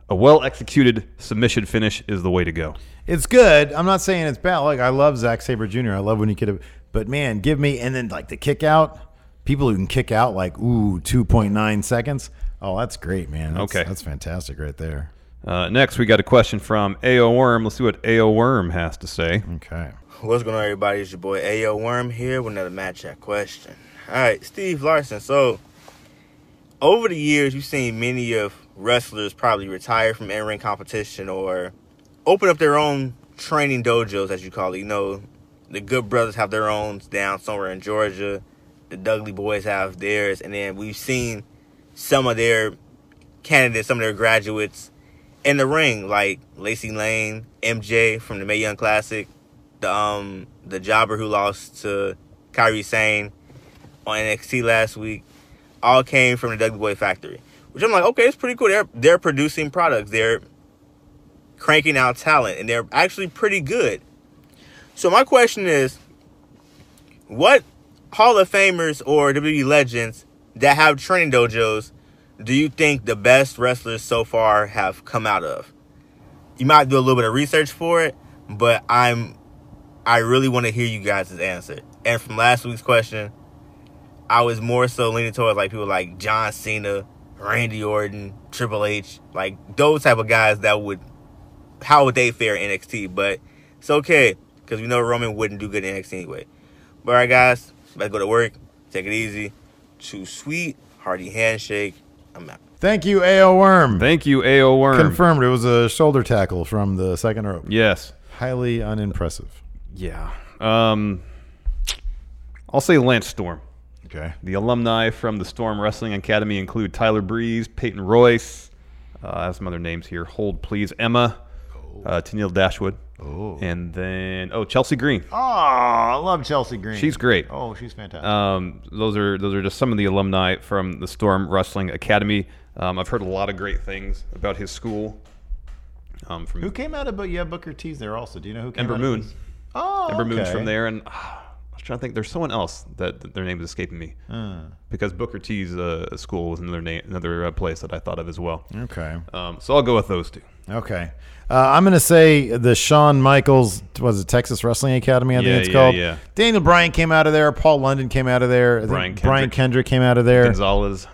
a well executed submission finish is the way to go.
It's good. I'm not saying it's bad. Like I love Zack Saber Jr. I love when he could have, but man, give me and then like the kick out. People who can kick out like ooh 2.9 seconds. Oh, that's great, man. That's,
Okay.
that's fantastic right there.
Uh, next, we got a question from AO Worm. Let's see what AO Worm has to say.
Okay.
What's going on, everybody? It's your boy Ayo Worm here with another match chat question. All right, Steve Larson. So, over the years, you've seen many of wrestlers probably retire from in-ring competition or open up their own training dojos, as you call it. You know, the Good Brothers have their own down somewhere in Georgia. The Dudley Boys have theirs, and then we've seen some of their candidates, some of their graduates in the ring, like Lacey Lane, MJ from the Mae Young Classic, the um the jobber who lost to Kyrie Sane on NXT last week, all came from the Dudley Boy Factory. Which I'm like, okay, it's pretty cool. They're they're producing products. They're cranking out talent, and they're actually pretty good. So my question is, what Hall of Famers or WWE legends that have training dojos do you think the best wrestlers so far have come out of? You might do a little bit of research for it, but I'm I really want to hear you guys' answer. And from last week's question, I was more so leaning towards like people like John Cena, Randy Orton, Triple H, like those type of guys that would how would they fare in NXT? But it's okay because we know Roman wouldn't do good in NXT anyway. But all right, guys, let's go to work. Take it easy. Too sweet, hearty handshake. I'm out.
Thank you, AO Worm.
Thank you, AO Worm.
Confirmed. It was a shoulder tackle from the second rope.
Yes.
Highly unimpressive.
Yeah. Um, I'll say Lance Storm.
Okay.
The alumni from the Storm Wrestling Academy include Tyler Breeze, Peyton Royce, uh, I have some other names here. Hold, please, Emma, uh, Tennille Dashwood, oh. and then oh Chelsea Green.
Oh, I love Chelsea Green.
She's great.
Oh, she's fantastic.
Um, those are those are just some of the alumni from the Storm Wrestling Academy. Um, I've heard a lot of great things about his school. Um, from
who came out of but yeah Booker T's there also? Do you know who came
Ember
out
Moon.
Of oh,
Ember Moon's
okay.
from there, and ah, I was trying to think. There's someone else that, that their name is escaping me
Uh.
because Booker T's uh, school was another name, another uh, place that I thought of as well.
Okay.
Um, so I'll go with those two.
Okay. Uh, I'm going to say the Shawn Michaels, was it Texas Wrestling Academy? I
Yeah,
think it's
yeah,
called.
yeah.
Daniel Bryan came out of there. Paul London came out of there. I think
Brian
Brian Kendrick came out of there.
Gonzalez.
Uh,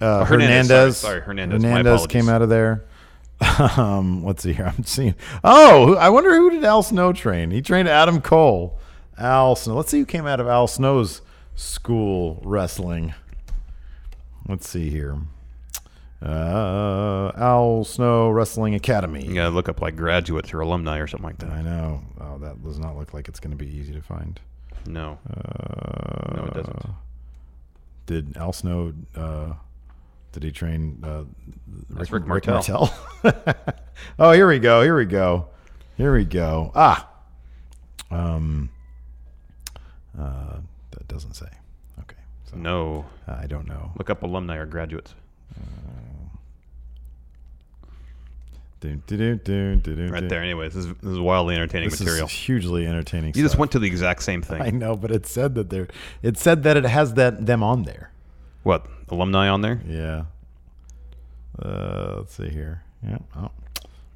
Oh,
Hernandez.
Hernandez, sorry, sorry, Hernandez, my
Hernandez
apologies.
came out of there. um, let's see here. I'm seeing. Oh, who- I wonder who did Al Snow train? He trained Adam Cole. Al Snow. Let's see who came out of Al Snow's school wrestling. Let's see here. Uh, Al Snow Wrestling Academy.
You gotta look up like graduates or alumni or something like that.
I know. Oh, that does not look like it's going to be easy to find.
No.
Uh,
No, it doesn't.
Did Al Snow? Uh, did he train uh,
That's Rick Martel.
Martel? oh, here we go. Here we go. Here we go. Ah, um, uh, that doesn't say.
no.
I don't Uh, know.
Look up alumni or graduates.
Do, do, do, do, do, do,
Right
do.
there. Anyways, this is, this is wildly entertaining
This is
material.
hugely entertaining.
you just
stuff.
went to the exact same thing.
I know, but it said that there. It said that it has that them on there.
What alumni on there?
Yeah. Uh, let's see here. Yeah. Oh,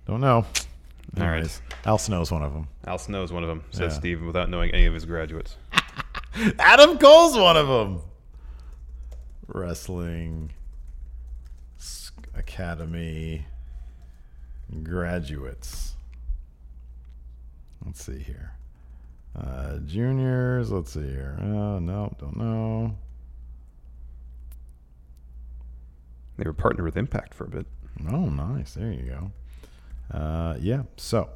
don't know.
All right.
Anyways, Al Snow's one of them.
Al Snow is one of them. Says
Yeah.
Steve without knowing any of his graduates.
Adam Cole's one of them. Wrestling s- Academy graduates. Let's see here. Uh, juniors. Let's see here. Uh, no, don't know.
They were partnered with Impact for a bit.
Oh, nice. There you go. Uh, yeah. So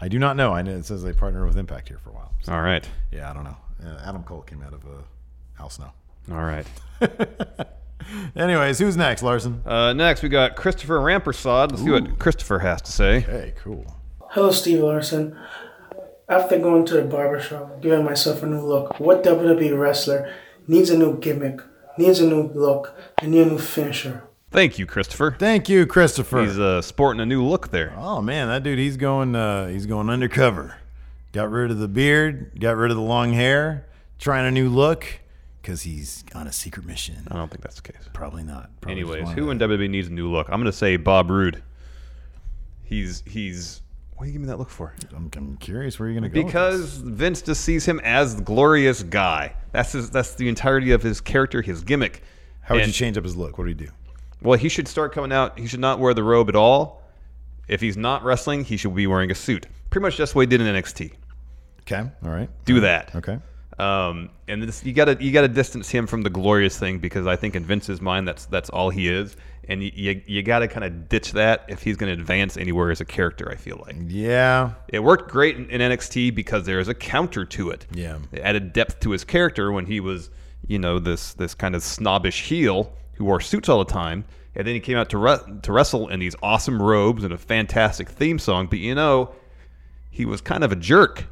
I do not know. I know it says they partnered with Impact here for a while. So,
All right.
Yeah, I don't know. Uh, Adam Cole came out of uh, Al Snow.
All right.
Anyways, who's next, Larson?
Uh, next, we got Christopher Rampersad. Let's see what Christopher has to say.
Okay, cool.
Hello, Steve Larson. After going to the barbershop, giving myself a new look, what WWE wrestler needs a new gimmick, needs a new look, and need a new finisher?
Thank you, Christopher.
Thank you, Christopher.
He's uh, sporting a new look there.
Oh man, that dude, he's going. Uh, he's going undercover. Got rid of the beard, got rid of the long hair, trying a new look because he's on a secret mission. I
don't think that's the case.
Probably not. Probably just
Anyways,
wanted
who in WWE needs a new look? I'm gonna say Bob Roode. He's he's. What are you giving me that look for?
I'm, I'm curious where you're gonna go. with
Because Vince just sees him as the glorious guy. That's his, that's the entirety of his character, his gimmick.
How would you change up his look? What do you do?
Well, he should start coming out. He should not wear the robe at all. If he's not wrestling, he should be wearing a suit. Pretty much just what he did in NXT.
Okay, all right.
Do that.
Okay.
Um, and this, you gotta you gotta distance him from the glorious thing because I think in Vince's mind that's that's all he is, and you you, you gotta kind of ditch that if he's gonna advance anywhere as a character. I feel like.
Yeah.
It worked great in, in NXT because there is a counter to it.
Yeah.
It added depth to his character when he was, you know, this this kind of snobbish heel who wore suits all the time, and then he came out to re- to wrestle in these awesome robes and a fantastic theme song. But you know, he was kind of a jerk,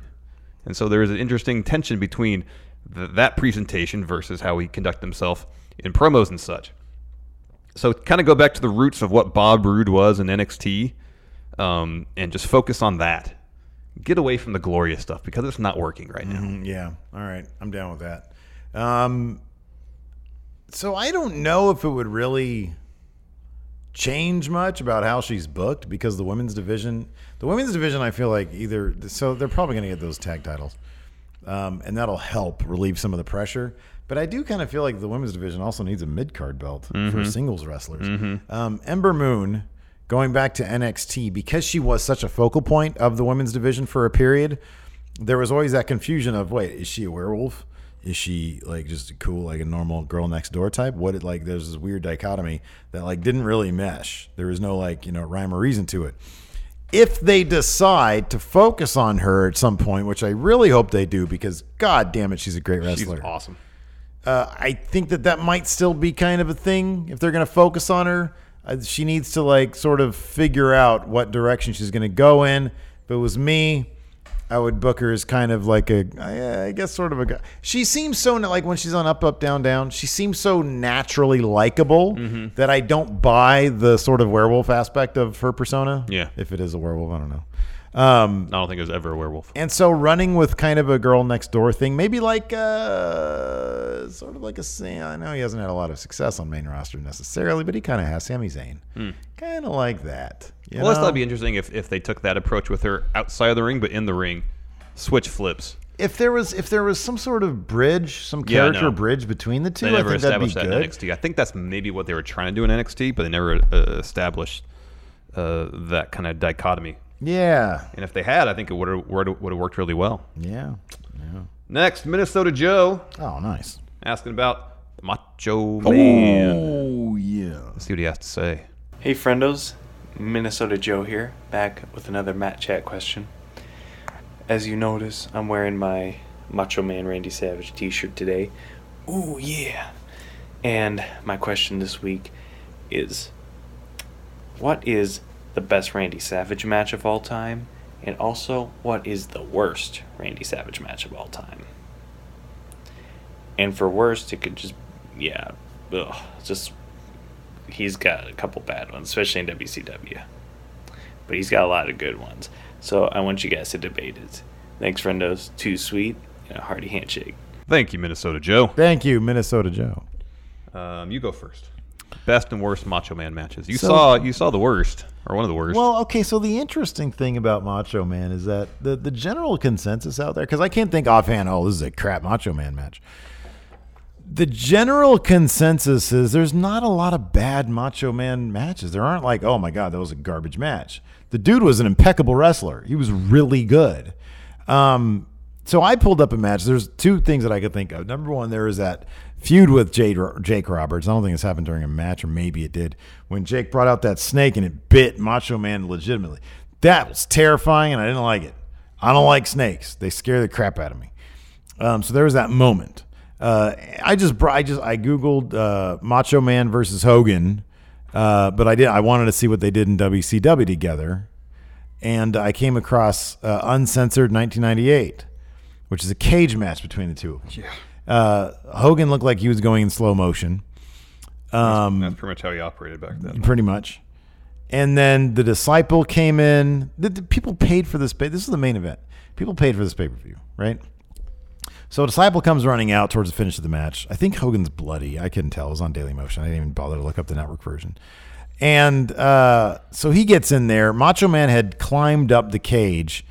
and so there is an interesting tension between th- that presentation versus how he conducted himself in promos and such so kind of go back to the roots of what Bob Roode was in NXT, um, and just focus on that. Get away from the glorious stuff because it's not working right now.
Mhm, yeah. All right. I'm down with that. Um, so I don't know if it would really change much about how she's booked because the women's division, the women's division, I feel like either, so they're probably going to get those tag titles. Um, and that'll help relieve some of the pressure. But I do kind of feel like the women's division also needs a mid card belt for
Mhm.
singles wrestlers.
Mhm.
Um, Ember Moon, going back to NXT, because she was such a focal point of the women's division for a period, there was always that confusion of wait, is she a werewolf? Is she like just a cool, like a normal girl next door type? What it like? There's this weird dichotomy that like didn't really mesh. There was no like you know rhyme or reason to it. If they decide to focus on her at some point, which I really hope they do, because god damn it, she's a great wrestler.
awesome.
Uh, I think that that might still be kind of a thing if they're going to focus on her. Uh, she needs to like sort of figure out what direction she's going to go in. If it was me, I would book her as kind of like a, I I guess, sort of a. guy. She seems so na- like when she's on up, up, down, down. She seems so naturally likable that I don't buy the sort of werewolf aspect of her persona.
Yeah.
if it is a werewolf, I don't know. Um,
I don't think it was ever a werewolf.
and so running with kind of a girl next door thing, maybe like uh sort of like a Sam. I know he hasn't had a lot of success on main roster necessarily, but he kind of has Sami Zayn.
Hmm.
Kind of like that. you
well,
know?
that'd be interesting if, if they took that approach with her outside of the ring, but in the ring, switch flips.
if there was if there was some sort of bridge, some
Yeah, I
character
know.
bridge between the two,
they
I
never
think that'd be
established that
good.
in NXT. I think that's maybe what they were trying to do in NXT, but they never uh, established uh, that kind of dichotomy.
Yeah.
And if they had, I think it would have would have worked really well.
Yeah. Yeah.
Next, Minnesota Joe.
Oh, nice.
Asking about the Macho Man.
Oh, yeah.
Let's see what he has to say.
Hey, friendos. Minnesota Joe here, back with another Matt Chat question. As you notice, I'm wearing my Macho Man Randy Savage t shirt today. Ooh, yeah. And my question this week is What is the best Randy Savage match of all time? And also, what is the worst Randy Savage match of all time? And for worst, it could just, yeah, ugh, just he's got a couple bad ones, especially in WCW. But he's got a lot of good ones. So I want you guys to debate it. Thanks, friendos. Too sweet and a hearty handshake.
Thank you, Minnesota Joe.
Thank you, Minnesota Joe.
Um, you go first. Best and worst Macho Man matches. You
So-
saw you saw the worst or one of the worst.
Well, okay. So the interesting thing about Macho Man is that the, the general consensus out there, because I can't think offhand, oh, this is a crap Macho Man match. The general consensus is there's not a lot of bad Macho Man matches. There aren't like, oh my God, that was a garbage match. The dude was an impeccable wrestler. He was really good. Um, so I pulled up a match. There's two things that I could think of. Number one, there is that feud with Jade, Jake Roberts. I don't think this happened during a match, or maybe it did, when Jake brought out that snake and it bit Macho Man legitimately. That was terrifying, and I didn't like it. I don't like snakes. They scare the crap out of me. Um, so there was that moment. Uh, I just, br- I just, I googled uh, Macho Man versus Hogan, uh, but I did. I wanted to see what they did in WCW together, and I came across uh, Uncensored 1998, which is a cage match between the two. of them. Uh, Hogan looked like he was going in slow motion. Um,
That's pretty much how he operated back then.
Pretty much. And then the disciple came in. The, the people paid for this. Pay, this is the main event. People paid for this pay per view, right? So disciple comes running out towards the finish of the match. I think Hogan's bloody. I couldn't tell. It was on Daily Motion. I didn't even bother to look up the network version. And uh, so he gets in there. Macho Man had climbed up the cage,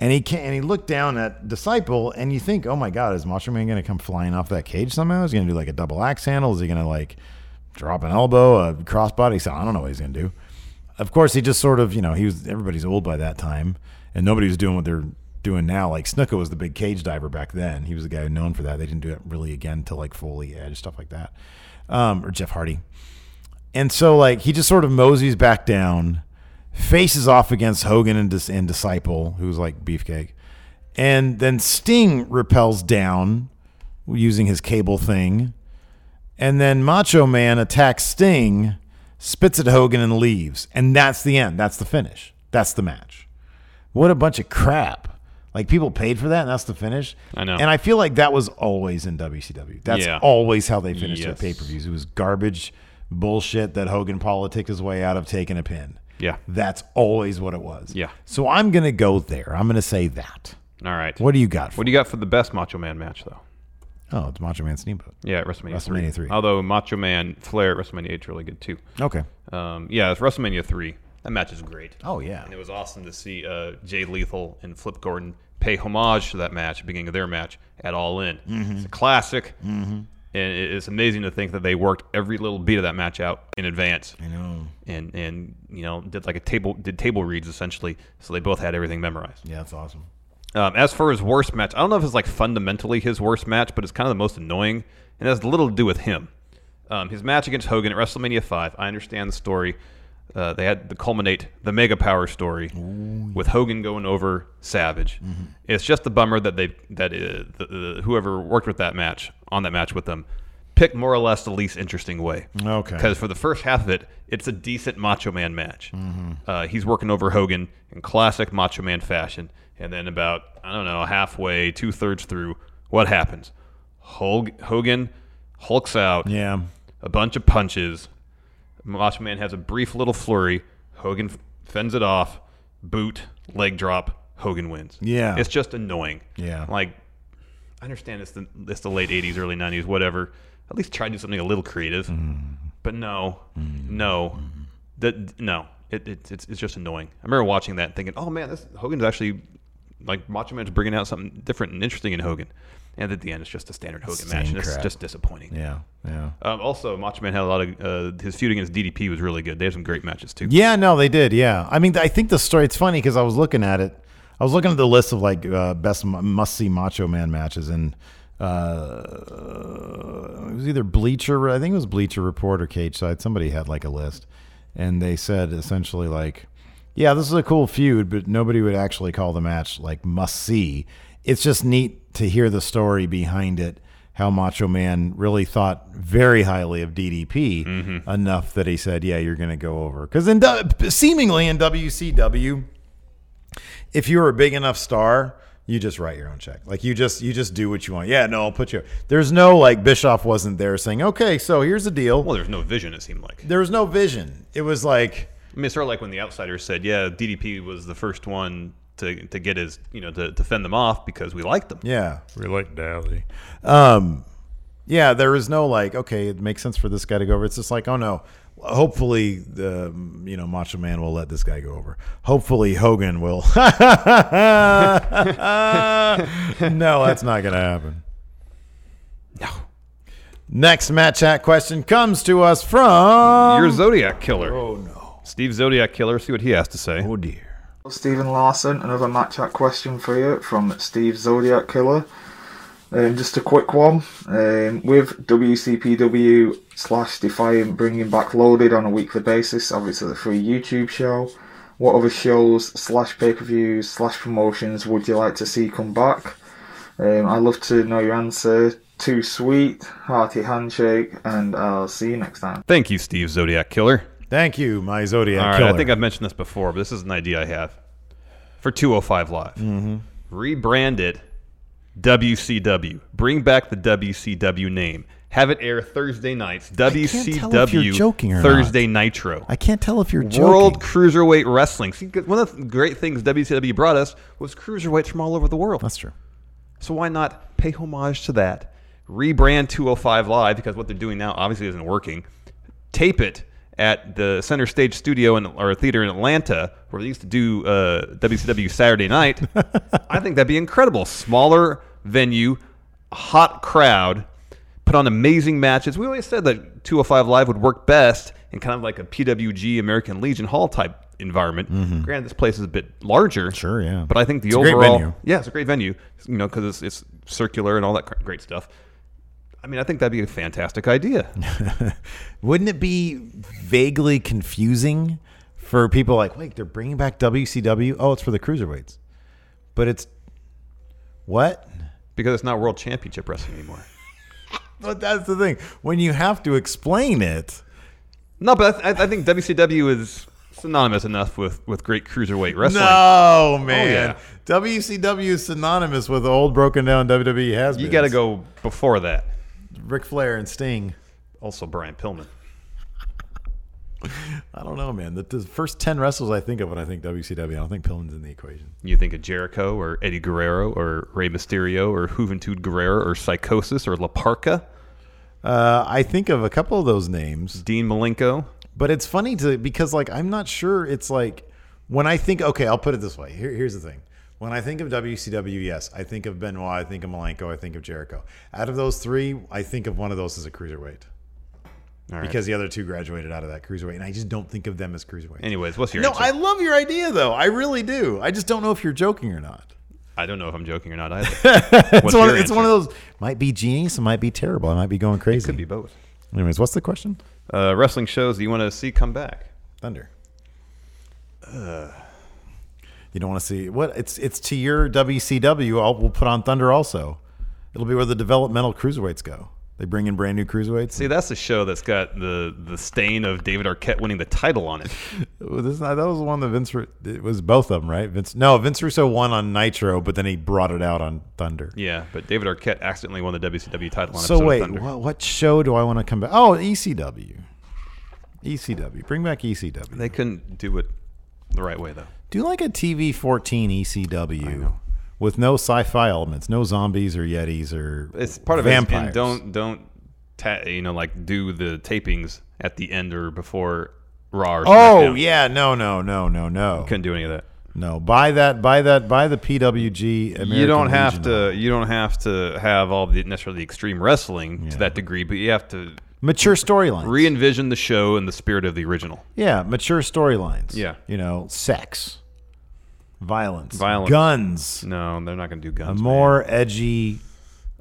and he can, and he looked down at Disciple, and you think, oh my God, is Macho Man going to come flying off that cage somehow? Is he going to do like a double axe handle? Is he going to like drop an elbow, a crossbody? He said, I don't know what he's going to do. Of course, he just sort of, you know, he was everybody's old by that time, and nobody was doing what they're doing now. Like Snuka was the big cage diver back then. He was the guy known for that. They didn't do it really again till like Foley Edge stuff like that, um, or Jeff Hardy. And so like he just sort of moseys back down, faces off against Hogan and, Dis- and Disciple, who's like beefcake, and then Sting repels down using his cable thing, and then Macho Man attacks Sting, spits at Hogan and leaves, and that's the end. That's the finish. That's the match. What a bunch of crap! Like people paid for that, and that's the finish.
I know.
And I feel like that was always in WCW. That's
Yeah.
always how they finished their
Yes.
pay per views. It was garbage bullshit that Hogan politicked his way out of taking a pin.
Yeah.
That's always what it was.
Yeah.
So I'm going to go there. I'm going to say that.
All right.
What do you got?
What do you got for the best Macho Man match, though?
Oh, it's Macho Man Steamboat.
Yeah, at WrestleMania,
WrestleMania
3.
three.
Although Macho Man Flair at WrestleMania 8 is really good, too.
Okay.
Um, yeah, it's WrestleMania 3. That match is great.
Oh, yeah.
And it was awesome to see uh, Jay Lethal and Flip Gordon pay homage to that match, at the beginning of their match at All In.
Mhm.
It's a classic.
Mhm.
And it- it's amazing to think that they worked every little beat of that match out in advance.
I know.
And and you know did like a table did table reads essentially, so they both had everything memorized.
Yeah, that's awesome.
Um, as for his worst match, I don't know if it's like fundamentally his worst match, but it's kind of the most annoying, and it has little to do with him. Um, his match against Hogan at WrestleMania 5, I understand the story. Uh, they had to culminate the Mega Power story with Hogan going over Savage. It's just a bummer that they that uh, the, the, whoever worked with that match on that match with them picked more or less the least interesting way.
Okay.
Because for the first half of it, it's a decent Macho Man match.
Mhm.
Uh, he's working over Hogan in classic Macho Man fashion. And then about, I don't know, halfway, two thirds through, what happens? Hulk, Hogan hulks out.
Yeah.
A bunch of punches. Macho Man has a brief little flurry. Hogan f- fends it off. Boot, leg drop. Hogan wins.
Yeah.
It's just annoying.
Yeah.
Like, I understand it's the, it's the late 80s, early 90s, whatever. At least try to do something a little creative.
Mm-hmm.
But no, no, that no. It, it, it's, it's just annoying. I remember watching that and thinking, oh man, this Hogan's actually like Macho Man's bringing out something different and interesting in Hogan. And at the end, it's just a standard Hogan match.
Same
and It's
crap.
just disappointing.
Yeah. Yeah.
Um, also, Macho Man had a lot of uh, his feud against DDP was really good. They had some great matches too.
Yeah, no, they did. Yeah, I mean, I think the story. It's funny because I was looking at it. I was looking at the list of like uh, best must see Macho Man matches, and uh, it was either Bleacher. I think it was Bleacher Report or Cage Side. Somebody had like a list, and they said essentially like, "Yeah, this is a cool feud, but nobody would actually call the match like must see. It's just neat to hear the story behind it." How Macho Man really thought very highly of DDP enough that he said, "Yeah, you're going to go over." Because in du- seemingly in WCW, if you were a big enough star, you just write your own check. Like you just you just do what you want. Yeah, no, I'll put you. There's no like Bischoff wasn't there saying, "Okay, so here's the deal."
Well, there's no vision. It seemed like
There was no vision. It was like
I mean, it's sort of like when the outsiders said, yeah, DDP was the first one to, to get his you know to, to fend them off because we liked them.
Yeah.
we liked Dowdy.
Um, yeah, there is no like, okay, it makes sense for this guy to go over. It's just like, oh no, hopefully the um, you know Macho Man will let this guy go over. Hopefully Hogan will. no, that's not gonna happen. No. Next match chat question comes to us from
Your Zodiac Killer.
Oh,
no, Steve Zodiac Killer. See what he has to say.
Oh dear.
Stephen Larson, another match chat question for you from Steve Zodiac Killer. Um, just a quick one. Um, with WCPW slash Defiant bringing back Loaded on a weekly basis, obviously the free YouTube show, what other shows slash pay per views slash promotions would you like to see come back? Um, I'd love to know your answer. Too sweet, hearty handshake, and I'll see you next time.
Thank you, Steve Zodiac Killer.
Thank you, my Zodiac
All right,
Killer.
I think I've mentioned this before, but this is an idea I have for 205 Live.
Mhm.
Rebrand it WCW. Bring back the WCW name. Have it air Thursday nights.
can't tell if you're
WCW
joking or not.
Thursday Nitro.
I can't tell if you're
World Cruiserweight Wrestling. See, 'cause one of the great things WCW brought us was cruiserweights from all over the world. That's
true.
So why not pay homage to that? Rebrand 205 Live because what they're doing now obviously isn't working. Tape it at the Center Stage Studio in, or theater in Atlanta where they used to do uh, WCW Saturday Night. I think that'd be incredible. Smaller venue, hot crowd put on amazing matches. We always said that 205 Live would work best in kind of like a PWG American Legion Hall type environment.
Mhm.
Granted, this place is a bit larger.
Sure, yeah.
But I think the
It's a great
overall,
venue.
yeah, it's a great venue. You know, because it's, it's circular and all that cr- great stuff. I mean, I think that'd be a fantastic idea.
Wouldn't it be vaguely confusing for people like, wait, they're bringing back WCW? Oh, it's for the cruiserweights. But it's what?
Because it's not World Championship Wrestling anymore.
But that's the thing. When you have to explain it,
No, but I, th- I think WCW is synonymous enough with with great cruiserweight wrestling.
no,
Oh,
man.
yeah.
WCW is synonymous with old broken down WWE has
You got to go before that.
Ric Flair and Sting.
Also, Brian Pillman.
I don't know, man. The, the first 10 wrestles I think of when I think WCW, I don't think Pillman's in the equation.
You think of Jericho or Eddie Guerrero or Rey Mysterio or Juventud Guerrero or Psychosis or La Parca.
Uh, I think of a couple of those names.
Dean Malenko.
But it's funny to because like I'm not sure it's like when I think okay, I'll put it this way. Here, here's the thing. When I think of WCW, yes, I think of Benoit, I think of Malenko, I think of Jericho. Out of those three, I think of one of those as a cruiserweight.
All right.
Because the other two graduated out of that cruiserweight, and I just don't think of them as cruiserweights.
Anyways, what's your
no?
answer?
I love your idea though. I really do. I just don't know if you're joking or not.
I don't know if I'm joking or not either.
it's
What's
one.
your
It's
answer?
one of those might be genius, it might be terrible, I might be going crazy.
could be both.
Anyways, what's the question?
uh, wrestling shows that you want to see come back. Uh,
Thunder. You don't want to see what it's it's to your WCW. I'll, we'll put on Thunder also. It'll be where the developmental cruiserweights go. They bring in brand new cruiserweights.
See, that's a show that's got the the stain of David Arquette winning the title on it.
Oh, this- that was one that Vince. Ru- It was both of them, right? Vince. No, Vince Russo won on Nitro, but then he brought it out on Thunder.
Yeah, but David Arquette accidentally won the WCW title on
So
episode of
wait,
Thunder.
what, what show do I want to come back? Oh, ECW. ECW. E Bring back ECW.
They couldn't do it the right way though.
Do like a TV 14 ECW E with no sci-fi elements, no zombies or yetis or
It's part of it.
vampires.
And don't don't ta- you know like do the tapings at the end or before Raw. Or
Oh
SmackDown.
yeah, no, no, no, no, no.
Couldn't do any of that.
No, buy that, buy that, buy the PWG. American
you don't have
Legion.
to. You don't have to have all the necessarily extreme wrestling to that degree, but you have to
mature storyline.
re-envision the show in the spirit of the original.
Yeah, mature storylines.
Yeah.
you know, sex, violence,
Violence,
guns.
No, they're not going to do
a
guns.
more edgy. E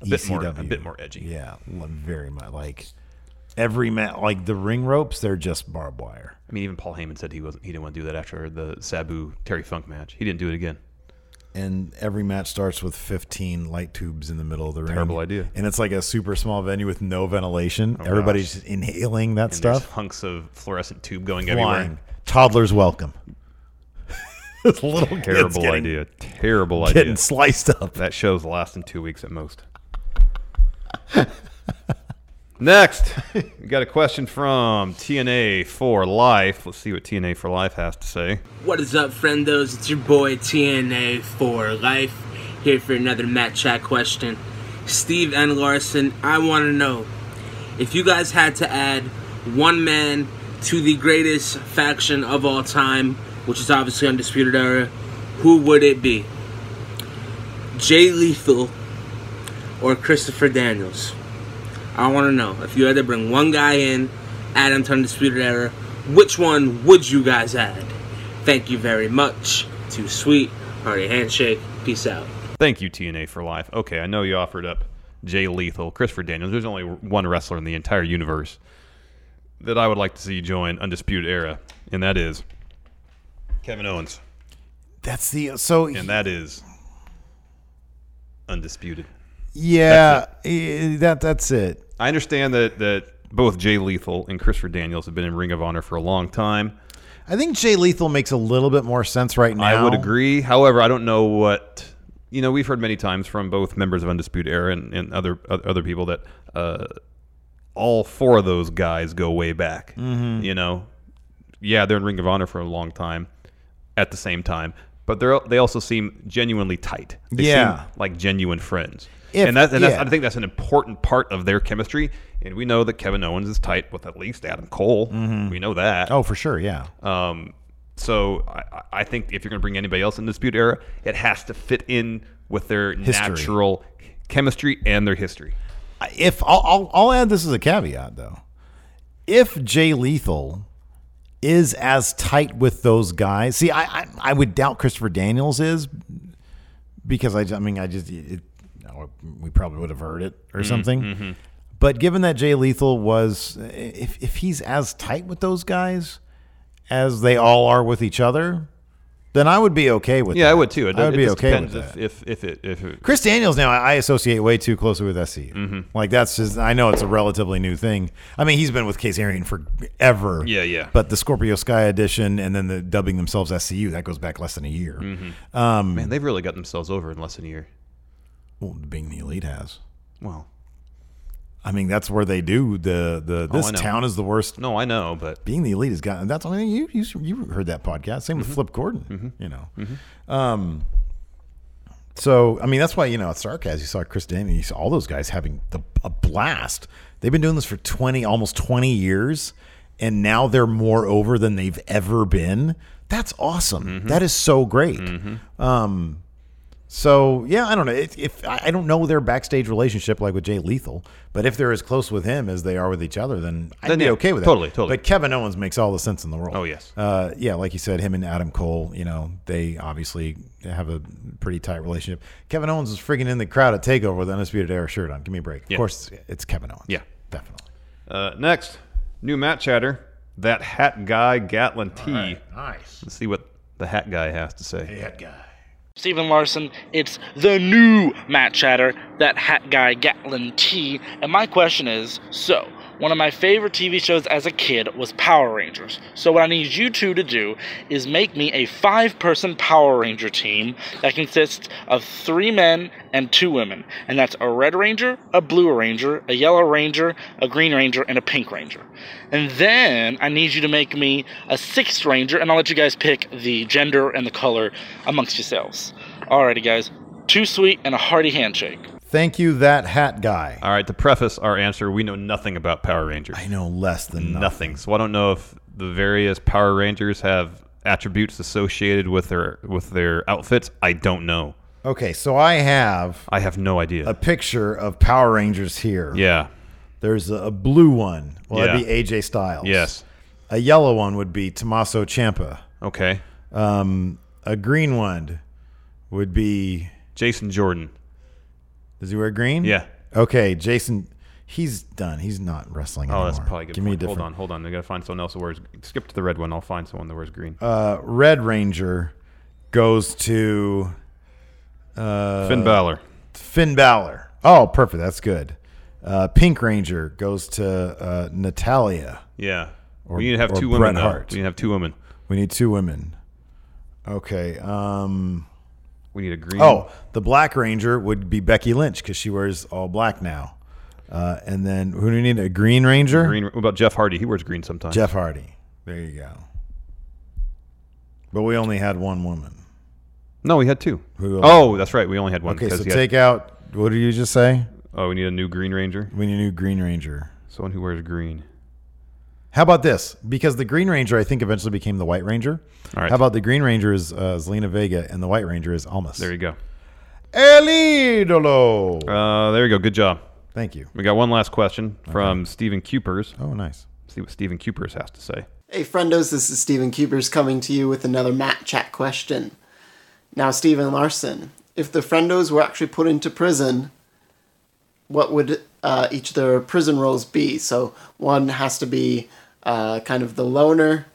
A bit more-
ECW.
a bit more edgy.
Yeah, lo- very much like every mat, like the ring ropes. They're just barbed wire.
I mean, even Paul Heyman said he wasn't. He didn't want to do that after the Sabu Terry Funk match. He didn't do it again.
and every match starts with 15 light tubes in the middle of the ring.
Terrible idea.
And it's like a super small venue with no ventilation.
Oh,
Everybody's
gosh.
just inhaling that
And there's
stuff.
hunks of fluorescent tube going
Flying.
everywhere.
Toddlers welcome. little kids
terrible
getting-
idea. Terrible idea.
getting sliced up.
That show's lasting two weeks at most. Next, we got a question from TNA for Life. Let's see what TNA for Life has to say.
What is up, friendos? It's your boy TNA for life here for another Matt Chat question. Steve and Larson, I want to know if you guys had to add one man to the greatest faction of all time, which is obviously Undisputed Era, who would it be? Jay Lethal or Christopher Daniels? I want to know if you had to bring one guy in, add him to Undisputed Era, which one would you guys add? Thank you very much. Too sweet. Hearty handshake. Peace out.
Thank you, TNA for Life. Okay, I know you offered up Jay Lethal, Christopher Daniels. There's only one wrestler in the entire universe that I would like to see join Undisputed Era, and that is Kevin Owens.
That's the so
and that is undisputed.
Yeah, eh, that that's it.
I understand that that both Jay Lethal and Christopher Daniels have been in Ring of Honor for a long time.
I think Jay Lethal makes a little bit more sense right now.
I would agree. However, I don't know what you know. We've heard many times from both members of Undisputed Era and, and other oth- other people that uh, all four of those guys go way back.
Mhm.
You know, yeah, they're in Ring of Honor for a long time. At the same time, but they're they also seem genuinely tight. They
Yeah.
seem like genuine friends.
If-
and that, and that's,
yeah.
I think that's an important part of their chemistry. And we know that Kevin Owens is tight with at least Adam Cole.
Mhm.
We know that.
Oh, for sure, yeah.
Um, so I, I- I think if you're going to bring anybody else in the dispute era, it has to fit in with their
History.
natural chemistry and their history.
if I'll, I'll I'll add this as a caveat though, if Jay Lethal is as tight with those guys, see, I I, I would doubt Christopher Daniels is because I, ju- I mean I just it, no, we probably would have heard it or
Mm,
something.
mhm.
But given that Jay Lethal was, if if he's as tight with those guys as they all are with each other, then I would be okay with.
yeah,
that.
I would too. It,
I would
it
be
just
okay with
depends
that.
if, if if it if it,
Chris Daniels now I I associate way too closely with SCU.
Mm-hmm.
Like that's just I know it's a relatively new thing. I mean he's been with Case Arian forever.
Yeah, yeah.
But the Scorpio Sky edition and then the dubbing themselves SCU that goes back less than a year.
Mhm.
Um,
man, they've really got themselves over in less than a year.
well, being the elite has.
Well,
I mean that's where they do the the
Oh,
this
I know.
town is the worst.
No, I know, but
being the elite has gotten that's I mean you you you heard that podcast same with Flip Gordon. You know. Um, so I mean that's why you know at Starcast you saw Chris Daniel, you saw all those guys having the, a blast. They've been doing this for twenty, almost twenty years, and now they're more over than they've ever been. That's awesome. That is so great. Um, so yeah, I don't know if, if I I don't know their backstage relationship like with Jay Lethal, but if they're as close with him as they are with each other, then I'd
Then,
be
yeah,
okay with
totally,
that.
totally.
But Kevin Owens makes all the sense in the world.
Oh, yes.
Uh, yeah, like you said, him and Adam Cole, you know, they obviously have a pretty tight relationship. Kevin Owens was freaking in the crowd at Takeover with an Undisputed Era shirt on. Give me a break.
Yeah.
Of course, it's, it's Kevin Owens.
Yeah.
definitely.
Uh, next, new Matt Chatter, that hat guy Gatlin T.
nice.
Let's see what the hat guy has to say.
hat guy.
Stephen Larson, it's the new Matt Chatter, that hat guy Gatlin T. And my question is so, one of my favorite TV shows as a kid was Power Rangers. So, what I need you two to do is make me a five person Power Ranger team that consists of three men and two women. And that's a Red Ranger, a Blue Ranger, a Yellow Ranger, a Green Ranger, and a Pink Ranger. And then I need you to make me a Sixth Ranger, and I'll let you guys pick the gender and the color amongst yourselves. Alrighty, guys. Too sweet and a hearty handshake.
Thank you, that hat guy.
All right, to preface our answer, we know nothing about Power Rangers. I
know less than
nothing. So I don't know if the various Power Rangers have attributes associated with their with their outfits. I don't know.
Okay, so I have
I have no idea.
a picture of Power Rangers here.
Yeah.
There's a, a blue one. Well, that'd
Yeah.
be AJ Styles.
Yes.
A yellow one would be Tommaso Ciampa.
Okay.
Um, a green one would be
Jason Jordan.
Does he wear green?
Yeah.
Okay, Jason. He's done. He's not wrestling
Oh,
anymore.
that's probably a good.
Give me a
point.
different.
Hold on, hold on. I gotta find someone else who wears. Skip to the red one. I'll find someone that wears green.
Uh, Red Ranger goes to uh,
Finn Balor.
Finn Balor. Oh, perfect. That's good. Uh, Pink Ranger goes to uh, Natalia.
Yeah.
Or-
we need to have
or
two women.
Bret
though.
Hart.
We need to have two women.
We need two women. Okay. Um,
we need a green.
Oh, the Black Ranger would be Becky Lynch because she wears all black now. Uh, and then who do we need? A Green Ranger.
Green. What about Jeff Hardy? He wears green sometimes.
Jeff Hardy. There you go. But we only had one woman.
No, we had two.
Who
Oh, that's right. We only had one.
Okay,
because
so
he had-
take out. What did you just say?
Oh, we need a new Green Ranger.
We need a new Green Ranger.
Someone who wears green.
How about this? Because the Green Ranger, I think, eventually became the White Ranger.
All right.
How about the Green Ranger is uh, Zelina Vega and the White Ranger is Almas?
There you go.
El Idolo.
Uh, there you go. Good job.
Thank you.
We got one last question from Stephen Cupers.
Oh, nice.
see what Stephen Cupers has to say.
Hey, friendos, this is Stephen Cubers coming to you with another Matt Chat question. Now, Stephen Larson, if the friendos were actually put into prison, what would uh, each of their prison roles be? So, one has to be uh, kind of the loner,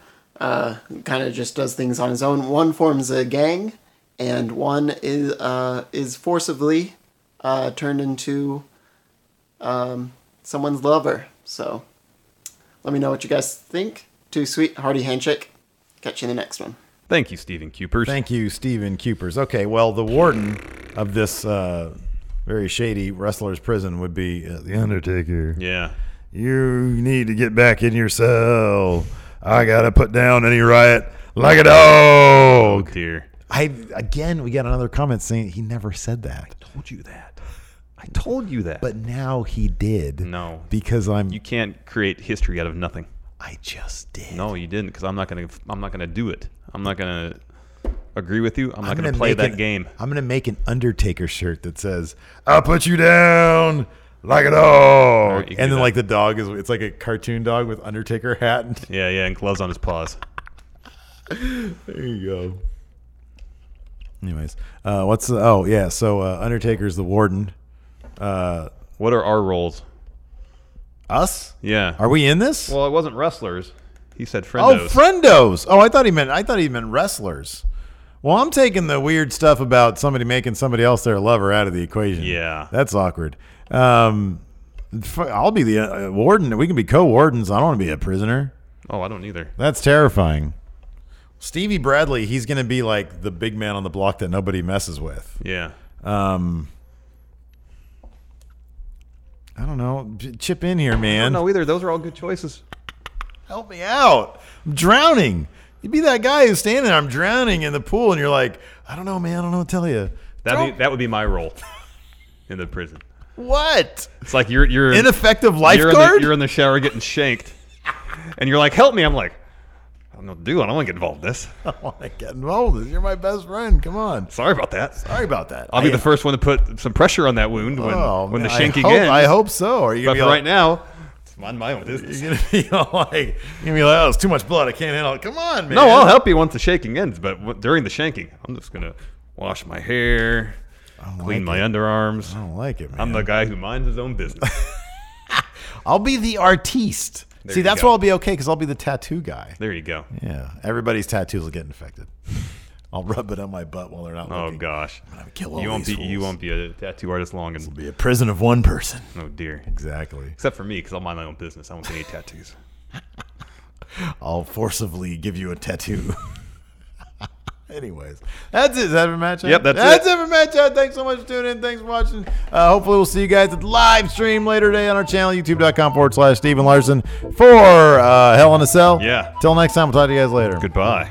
uh, kind of just does things on his own. One forms a gang, and one is, uh, is forcibly uh, turned into um, someone's lover. So, let me know what you guys think. Too sweet, hearty handshake. Catch you in the next one.
Thank you, Stephen Cupers.
Thank you, Stephen Cupers. Okay, well, the warden of this uh, very shady wrestler's prison would be uh, the Undertaker.
Yeah.
You need to get back in your cell. I gotta put down any riot like a dog.
Oh, dear.
I again, we got another comment saying he never said that. I told you that.
I told you that.
But now he did.
No.
Because I'm.
You can't create history out of nothing.
I just did.
No, you didn't, because I'm not gonna. I'm not gonna do it. I'm not gonna agree with you. I'm not
I'm
gonna,
gonna
play
make
that
an-
game.
I'm gonna make an Undertaker shirt that says
I'll put you down like a dog.
Dog. and then like the dog is it's like a cartoon dog with Undertaker hat. And
Yeah, yeah, and gloves on his paws.
there you go. Anyways, uh, what's the, oh yeah, so uh, Undertaker's the warden. Uh,
what are our roles?
Us?
Yeah.
Are we in this?
Well, it wasn't wrestlers. He said friendos.
Oh, friendos. Oh, I thought he meant I thought he meant wrestlers. Well, I'm taking the weird stuff about somebody making somebody else their lover out of the equation.
Yeah.
that's awkward. Um, f- I'll be the uh, warden. We can be co-wardens. I don't want to be a prisoner.
Oh, I don't either.
That's terrifying. Stevie Bradley, he's going to be like the big man on the block that nobody messes with.
Yeah.
Um, I don't know. Ch- Chip in here, man.
No, either. Those are all good choices.
Help me out. I'm drowning. You'd be that guy who's standing there, I'm drowning in the pool, and you're like, I don't know, man. I don't know what to tell you.
That be that would be my role in the prison.
What?
It's like you're you're
Ineffective
You're in,
lifeguard?
the, you're in the shower getting shanked, and you're like, "Help me!" I'm like, "I don't know what to do. I don't want to get involved in this."
I want to get involved. with this. You're my best friend. Come on.
Sorry about that.
Sorry about that.
I'll be
I-
the first one to put some pressure on that wound when,
Oh,
when the
man, I
shanking
hope-
ends.
I hope so. Are you
but
gonna be
for
all-
right now? It's mind my own business.
You're gonna be all like, you're gonna be like, oh, it's too much blood. I can't handle it. Come on, man.
No, I'll help you once the shaking ends, but w- during the shanking, I'm just gonna wash my hair, clean my underarms. I
don't like it. Man.
I'm the guy who minds his own business.
I'll be the artiste.
There
See,
you
that's
go.
where I'll be okay because I'll be the tattoo guy.
there you go.
Yeah, everybody's tattoos will get infected. I'll rub it on my butt while they're not
Oh
looking.
gosh,
kill all
you won't
these
be you won't be a tattoo artist long, and will
be a prison of one person.
Oh dear,
exactly.
Except for me, because I'll mind my own business. I won't get any tattoos.
I'll forcibly give you a tattoo. Anyways, that's it. Is that every match?
Yep, that's
that's
it.
every match. out. Thanks so much for tuning in. Thanks for watching. Uh, hopefully, we'll see you guys at the live stream later today on our channel, youtube.com forward slash Stephen Larson for uh, Hell in a Cell.
Yeah.
Till next time, we'll talk to you guys later.
Goodbye.